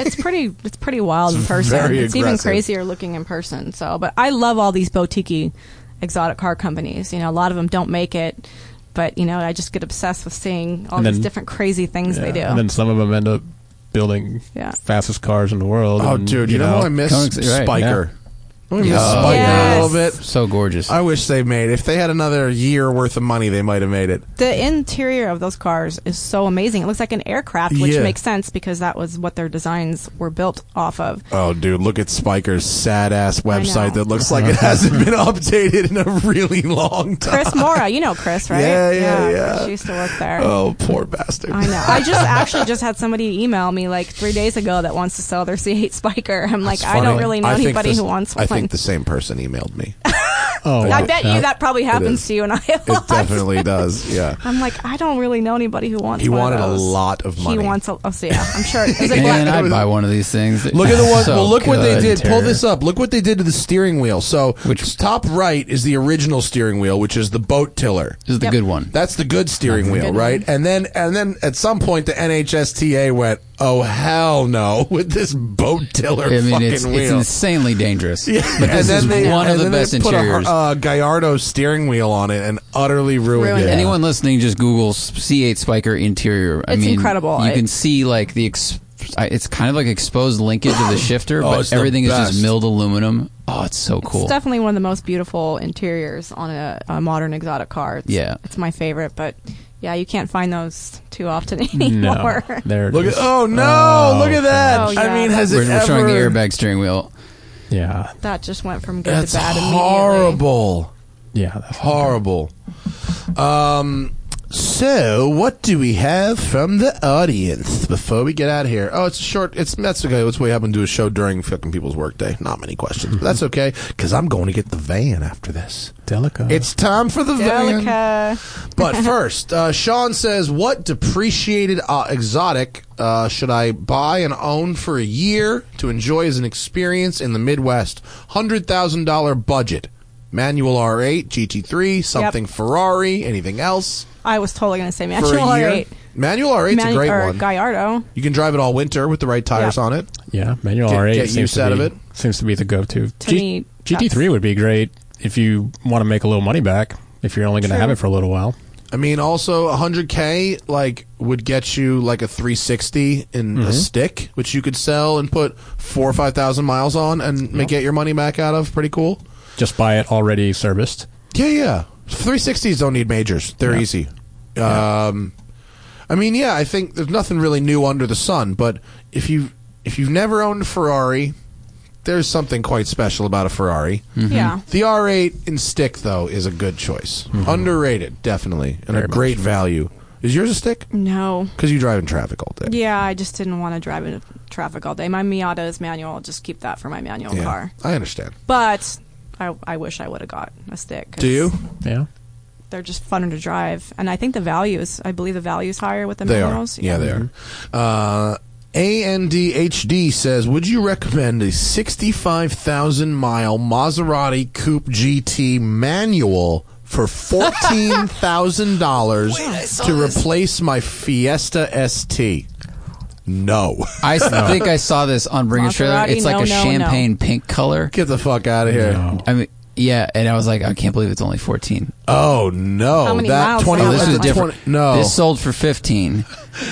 D: It's pretty. It's pretty wild in person.
B: very
D: it's even
B: aggressive.
D: crazier looking in person. So, but I love all these boutique exotic car companies. You know, a lot of them don't make it, but you know, I just get obsessed with seeing all
C: And
D: these
C: then-
D: different crazy things
C: Yeah.
D: they do.
C: And then some of them end up building
D: Yeah.
C: fastest cars in the world.
B: oh,
C: and,
B: dude, you, know, who I miss?
E: Conex- you're right,
B: Spiker. I miss
E: Yeah.
B: Spiker
D: Yes.
B: a little bit.
E: So gorgeous.
B: I wish they made. If they had another year worth of money, they might have made it.
D: the interior of those cars is so amazing. It looks like an aircraft, which
B: Yeah.
D: makes sense because that was what their designs were built off of.
B: Oh, dude, look at Spiker's sad ass website that
D: know.
B: looks like it hasn't been [LAUGHS] updated in a really long time.
D: Chris Mora, you know Chris, right?
B: Yeah, yeah, yeah.
D: She used to work there.
B: Oh, poor bastard.
D: I know. I just actually just had somebody email me like three days ago that wants to sell their C8 Spiker. I'm like,
B: It's
D: I don't
B: funny.
D: really know
B: I think
D: anybody
B: this-
D: who wants one.
B: I think the same person emailed me.
C: Oh,
D: I
G: wow.
D: bet you
C: [LAUGHS]
D: that probably happens
G: is.
D: to you and I a
G: It
D: lot.
G: definitely does. Yeah.
D: [LAUGHS] I'm like, I don't really know anybody who wants.
G: He
D: one
G: wanted
D: of
G: a
D: those.
G: lot of money.
D: He wants a. Oh, so yeah, I'm sure. Is it black?
E: Man, I'd buy one of these things.
B: Look at the one.
E: So
B: well, look what they
E: good.
B: did. Pull
E: Terror.
B: this up. Look what they did to the steering wheel. So,
E: Which-
B: top right is the original steering wheel, which is the boat tiller.
E: This is the
D: Yep.
E: good one.
B: That's the good steering wheel,
D: good
B: right? And then, and then at some point, the NHSTA went, "Oh hell no!" [LAUGHS] with this boat tiller
E: I mean,
B: fucking
E: it's, it's
B: wheel.
E: insanely dangerous.
B: [LAUGHS]
E: But
B: and
E: this
B: then
E: is
B: they,
E: one
B: and
E: of the
B: then
E: best
B: they put
E: interiors.
B: a uh, Gallardo steering wheel on it and utterly ruined,
D: Ruined
B: it.
D: Yeah. it.
E: Anyone listening, just Google C8 Spiker interior. I
D: It's
E: mean,
D: incredible.
E: You
D: I-
E: can see like the ex- I- it's kind of like exposed linkage of
D: [GASPS]
E: the shifter,
B: Oh, it's
E: but
B: the
E: everything is
B: best.
E: just milled aluminum. Oh, it's so cool.
D: It's definitely one of the most beautiful interiors on a, a modern exotic car. It's,
E: Yeah.
D: it's my favorite, but yeah, you can't find those too often [LAUGHS] anymore.
C: there. It
B: Look
C: is.
B: at oh no!
C: Oh,
B: look at that!
D: God. Oh,
B: I
D: yeah.
B: mean, has
E: we're,
B: it
E: we're
B: ever?
E: showing the airbag steering wheel.
C: yeah,
D: that just went from good
B: That's
D: to bad. immediately.
B: horrible.
C: yeah. That's,
B: Horrible. Um, so what do we have from the audience before we get out of here? Oh, it's short. It's that's okay. That's what we happen to do a show during fucking people's workday. Not many questions. But that's okay because I'm going to get the van after this.
C: Delica.
B: It's time for the van.
D: Delica. [LAUGHS]
B: But first, uh, Sean says, "What depreciated uh, exotic uh, should I buy and own for a year to enjoy as an experience in the Midwest? Hundred thousand dollar budget, manual R8, GT3, something Ferrari, anything else
D: I was totally going to say
B: for
D: Manual
B: a year?
D: R8.
B: Manual R8's
D: Manu-
B: a great
D: or
B: one.
D: Gallardo.
B: you can drive it all winter with the right tires
D: Yeah.
B: on it.
C: yeah, manual
B: Get-
C: R8
B: get
C: seems
B: use
C: to
B: out
C: be,
B: of it.
C: Seems to be the go-to.
D: To me,
C: GT3
D: that's-
C: would be great if you want to make a little money back. If you're only going to have it for a little while.
B: I mean, also 100k like would get you like a 360 in a stick, which you could sell and put four or five thousand miles on and ma- get your money back out of. Pretty cool.
C: Just buy it already serviced.
B: Yeah, yeah. 360s don't need majors; they're
C: Yeah.
B: easy. Um, I mean, yeah, I think there's nothing really new under the sun. But if you if you've never owned a Ferrari, there's something quite special about a Ferrari.
D: Yeah.
B: The R8 in stick though is a good choice, underrated definitely, and a great value. Is yours a stick?
D: No.
B: Because you drive in traffic all day.
D: Yeah, I just didn't want to drive in traffic all day. My Miata is manual. I'll just keep that for my manual car.
B: I understand.
D: But I, I wish I would have got a stick. 'cause
B: Do you?
C: Yeah.
D: They're just funner to drive, and I think the value is. I believe the value is higher with the Mm-hmm.
B: They are.
D: manuals.
B: Yeah, they are. Uh, ANDHD says, would you recommend a 65,000 mile Maserati Coupe GT manual for
D: [LAUGHS]
B: $14,000 to replace my Fiesta ST? No. [LAUGHS]
E: I s- think I saw this on Bring a Trailer.
D: Maserati,
E: It's like
D: no,
E: a
D: no,
E: champagne pink color.
B: Get the fuck out of here.
E: I mean, yeah, and I was like, I can't believe it's only fourteen.
B: Oh, no.
D: How many
B: that
D: miles
B: 20,
E: Oh,
D: Oh,
E: this
B: that's
E: is
B: a
E: different.
B: 20 no.
E: this sold for fifteen.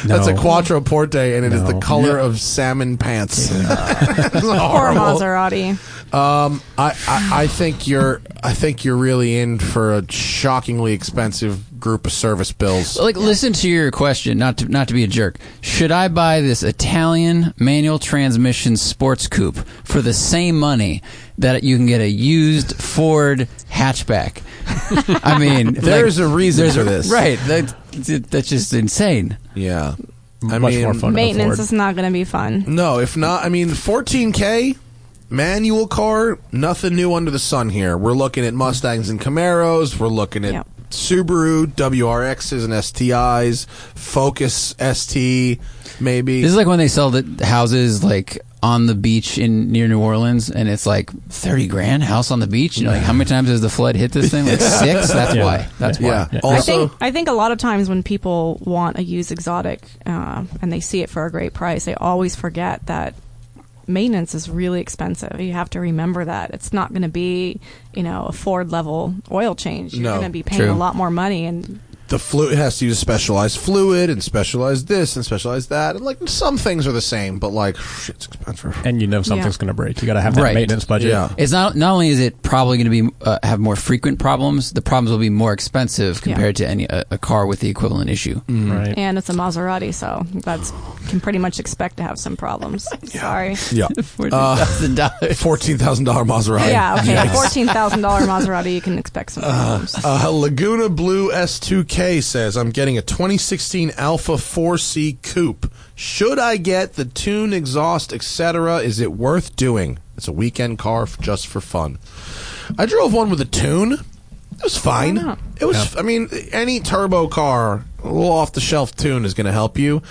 B: That's a
C: No.
B: Quattro Porte, and it is the
C: No.
B: color of salmon pants. [LAUGHS] It's
D: Poor
B: horrible.
D: Maserati.
B: Um, I, I, I think you're I think you're really in for a shockingly expensive group of service bills.
E: Like, listen to your question. Not to not to be a jerk. Should I buy this Italian manual transmission sports coupe for the same money that you can get a used Ford hatchback? I
B: [LAUGHS]
E: mean,
B: There's a reason
E: there's
B: for
E: a-
B: this.
E: right? That, that's just insane.
B: Yeah, I
C: Much
B: mean,
C: more fun.
D: Maintenance
C: afford.
D: is not going to be fun.
B: No, if not, I mean, 14k manual car, nothing new under the sun here. We're looking at Mustangs and Camaros. We're looking at
D: Yep.
B: Subaru WRXs and STIs, Focus ST, maybe.
E: This is like when they sell the houses like on the beach in near New Orleans, and it's like thirty grand house on the beach. You're like, how many times has the flood hit this
B: [LAUGHS]
E: thing? Like six. That's
C: Yeah.
E: why. That's why.
B: yeah.
C: Yeah.
D: I
B: Also,
D: think I think a lot of times when people want a used exotic uh, and they see it for a great price, they always forget that maintenance is really expensive. You have to remember that it's not going to be you know a Ford level oil change. You're
B: No.
D: going to be paying
E: True.
D: a lot more money, and
B: the fluid has to use specialized fluid and specialized this and specialized that. And like some things are the same, but like shit's expensive.
C: And you know something's
D: Yeah.
C: going to break. You got to have that
E: Right.
C: maintenance budget.
B: Yeah.
E: It's not not only is it probably going to be uh, have more frequent problems, the problems will be more expensive compared to any a, a car with the equivalent issue.
C: Mm-hmm. Right.
D: and it's a Maserati, so that's can pretty much expect to have some problems. Sorry.
B: [LAUGHS]
D: [LAUGHS]
B: Yeah. Uh,
C: [LAUGHS]
E: $14,000.
B: Fourteen thousand dollar Maserati.
D: Yeah, okay. Fourteen thousand
B: [LAUGHS]
D: dollar Maserati, you can expect some problems.
B: Uh, Laguna Blue S2K says I'm getting a 2016 Alpha 4C Coupe. Should I get the tune, exhaust, etc.? Is it worth doing? It's a weekend car f- just for fun. I drove one with a tune. It was fine.
D: not?
B: It was. I mean, any turbo car, a little off the shelf tune is going to help you.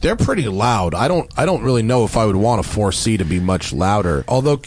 B: They're pretty loud. I don't. I don't really know if I would want a four C to be much louder. Although,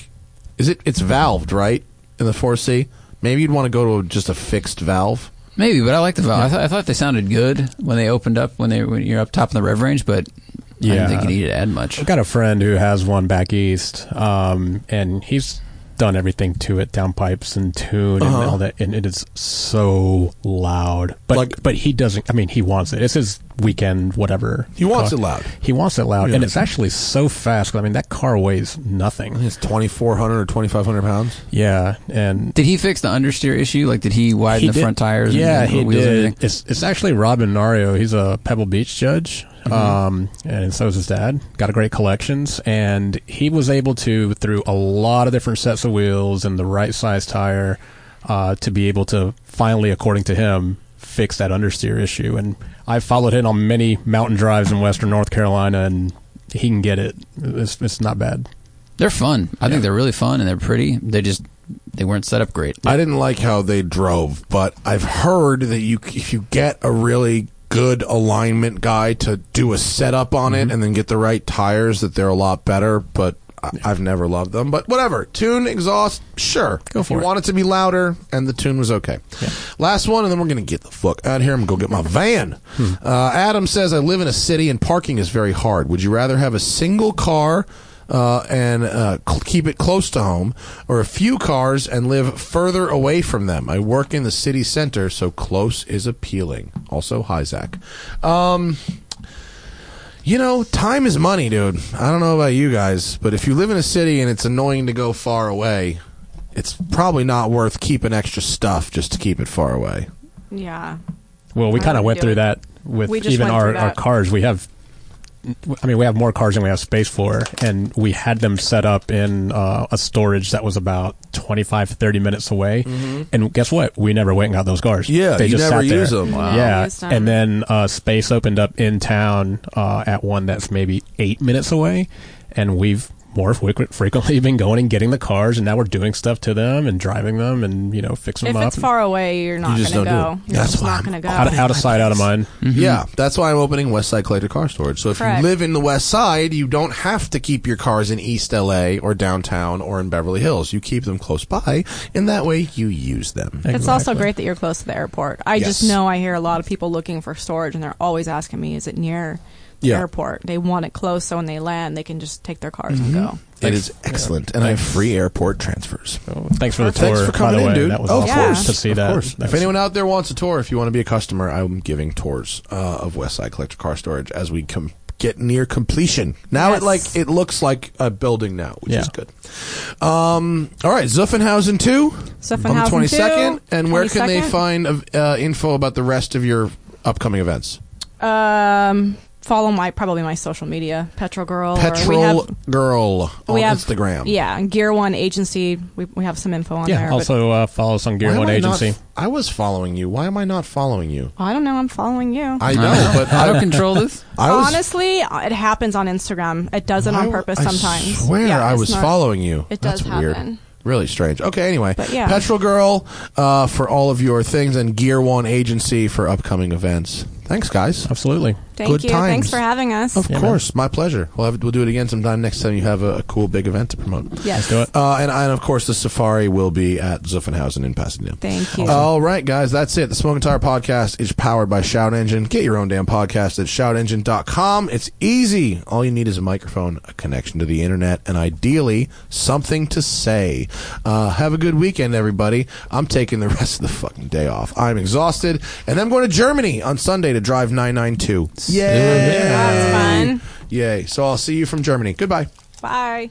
B: is it? It's valved, right? In the four C, maybe you'd want to go to just a fixed valve.
E: Maybe, but I like the valve. I, thought I thought they sounded good when they opened up when they when you're up top in the rev range, but I
C: Yeah.
E: didn't think you needed to add much.
C: I've got a friend who has one back east, um, and he's done everything to it, downpipes and tune
B: Uh-huh.
C: and all that, and it is so loud. But
B: Like-
C: but he doesn't. I mean, he wants it. It's his weekend, whatever.
B: He wants it loud.
C: He wants it loud, and
B: Yeah.
C: it's actually so fast. 'cause, I mean, that car weighs
B: I think
C: nothing.
B: It's twenty four hundred or twenty five hundred pounds.
C: Yeah, and
E: Did he fix the understeer issue? Like, did he widen
C: He
E: the
C: did-
E: front tires? and-
C: Yeah,
E: and
C: he
E: wheels and
C: did.
E: everything?
C: It's, it's actually Robin Nario. He's a Pebble Beach judge,
E: Mm-hmm.
C: um, and so is his dad. Got a great collections, and he was able to through a lot of different sets of wheels and the right size tire uh, to be able to finally, according to him, fix that understeer issue. And I followed him on many mountain drives in Western North Carolina, and he can get it. It's, it's not bad.
E: They're fun. I think they're really fun and they're pretty. They just they weren't set up great.
B: I didn't like how they drove, but I've heard that you if you get a really good alignment guy to do a setup on
C: Mm-hmm.
B: it and then get the right tires that they're a lot better, but I, I've never loved them. But whatever, tune exhaust, sure. Go
C: for
B: you
C: it.
B: want it to be louder and the tune was okay. Last one and then we're going to get the fuck out of here. I'm going to go get my van.
C: Hmm.
B: Uh, Adam says I live in a city and parking is very hard. Would you rather have a single car uh, and uh, cl- keep it close to home, or a few cars and live further away from them. I work in the city center, so close is appealing. Also, hi Zach. Um, you know, time is money, dude. I don't know about you guys, but if you live in a city and it's annoying to go far away, it's probably not worth keeping extra stuff just to keep it far away.
D: Yeah.
C: Well, we
D: I
C: kind of went
D: wouldn't do
C: through
D: it.
C: that with
D: We just
C: even
D: went
C: our,
D: through
C: our
D: that.
C: cars. We have, I mean, we have more cars than we have space for, and we had them set up in uh, a storage that was about 25 to 30 minutes away. And guess what? We never went and got those cars.
B: Mm-hmm. Yeah,
C: they
B: you
C: just
B: never
C: sat there.
B: use 'em. Wow.
C: Yeah,
D: Used 'em.
C: and then uh, space opened up in town uh, at one that's maybe eight minutes away, and we've more frequ- frequently [LAUGHS] been going and getting the cars, and now we're doing stuff to them and driving them and you know fixing
D: If
C: them up.
D: it's far away, you're not
B: just
D: gonna
B: don't do
D: go.
B: it.
D: You're
B: That's
D: just
B: why
D: not
B: I'm
D: gonna go.
C: out, out of sight, out of mind.
B: Yeah, that's why I'm opening West Side Collector Car Storage. So if
D: Correct.
B: you live in the West Side, you don't have to keep your cars in East LA or downtown or in Beverly Hills. You keep them close by, and that way you use them.
D: It's also great that you're close to the airport. I
B: Yes.
D: just know I hear a lot of people looking for storage, and they're always asking me, "Is it near the
B: Yeah.
D: airport?" They want it close, so when they land, they can just take their cars and go.
B: It is excellent, and I have free airport transfers.
C: Thanks for the
B: Thanks
C: tour,
B: for
C: by
B: coming
C: the
B: in,
C: way.
B: dude.
C: That was
B: Oh, of
C: awesome
D: course.
C: to see
B: Of
C: that.
B: course.
C: That
B: If
C: was-
B: anyone out there wants a tour, if you want to be a customer, I'm giving tours uh, of West Side Collector Car Storage as we com- get near completion. Now
D: Yes.
B: it like it looks like a building now, which
C: Yeah.
B: is good. Um, all right, Zuffenhausen two on the
D: Zuffenhausen
B: 22nd,
D: two,
B: and where can they
D: 22nd?
B: find uh, info about the rest of your upcoming events?
D: Um, follow my probably my social media, Petrol Girl. or we
B: Petrol
D: have,
B: Girl on
D: we have-
B: Instagram.
D: Yeah, and Gear One Agency. We, we have some info on
C: yeah.
D: there. but-
C: also uh, follow us on
B: Why
C: Gear
B: am
C: One
B: I not-
C: Agency.
B: I was following you. Why am I not following you?
D: I don't know. I'm following you.
B: I know, but
E: I
B: I,
E: don't
C: [LAUGHS]
E: control this.
B: I was
D: Honestly, it happens on Instagram. It does it
B: Why
D: on
B: w-
D: purpose
B: I
D: sometimes.
B: swear
D: Yeah,
B: I
D: it's
B: was
D: not-
B: following you.
D: It
B: That's
D: does
B: weird.
D: happen.
B: Really strange. Okay, anyway.
D: But yeah.
B: Petrol Girl uh, for all of your things and Gear One Agency for upcoming events. Thanks, guys.
C: Absolutely.
D: Thank
B: Good
D: you.
B: times.
D: Thanks for having us.
B: Of
C: Yeah, man.
B: course, my pleasure. We'll, have, we'll do it again sometime next time you have a, a cool big event to promote.
D: Yes.
C: Do it.
B: Uh, and, and of course, the safari will be at Zuffenhausen in Pasadena.
D: Thank you.
B: All right, guys, that's it. The Smoking Tire Podcast is powered by Shout Engine. Get your own damn podcast at shoutengine.com. It's easy. All you need is a microphone, a connection to the internet, and ideally something to say. Uh, have a good weekend, everybody. I'm taking the [LAUGHS] rest of the fucking day off. I'm exhausted, and I'm going to Germany on Sunday to drive 992. Yay!
D: That's fun.
B: Yay. So I'll see you from Germany. Goodbye.
D: Bye.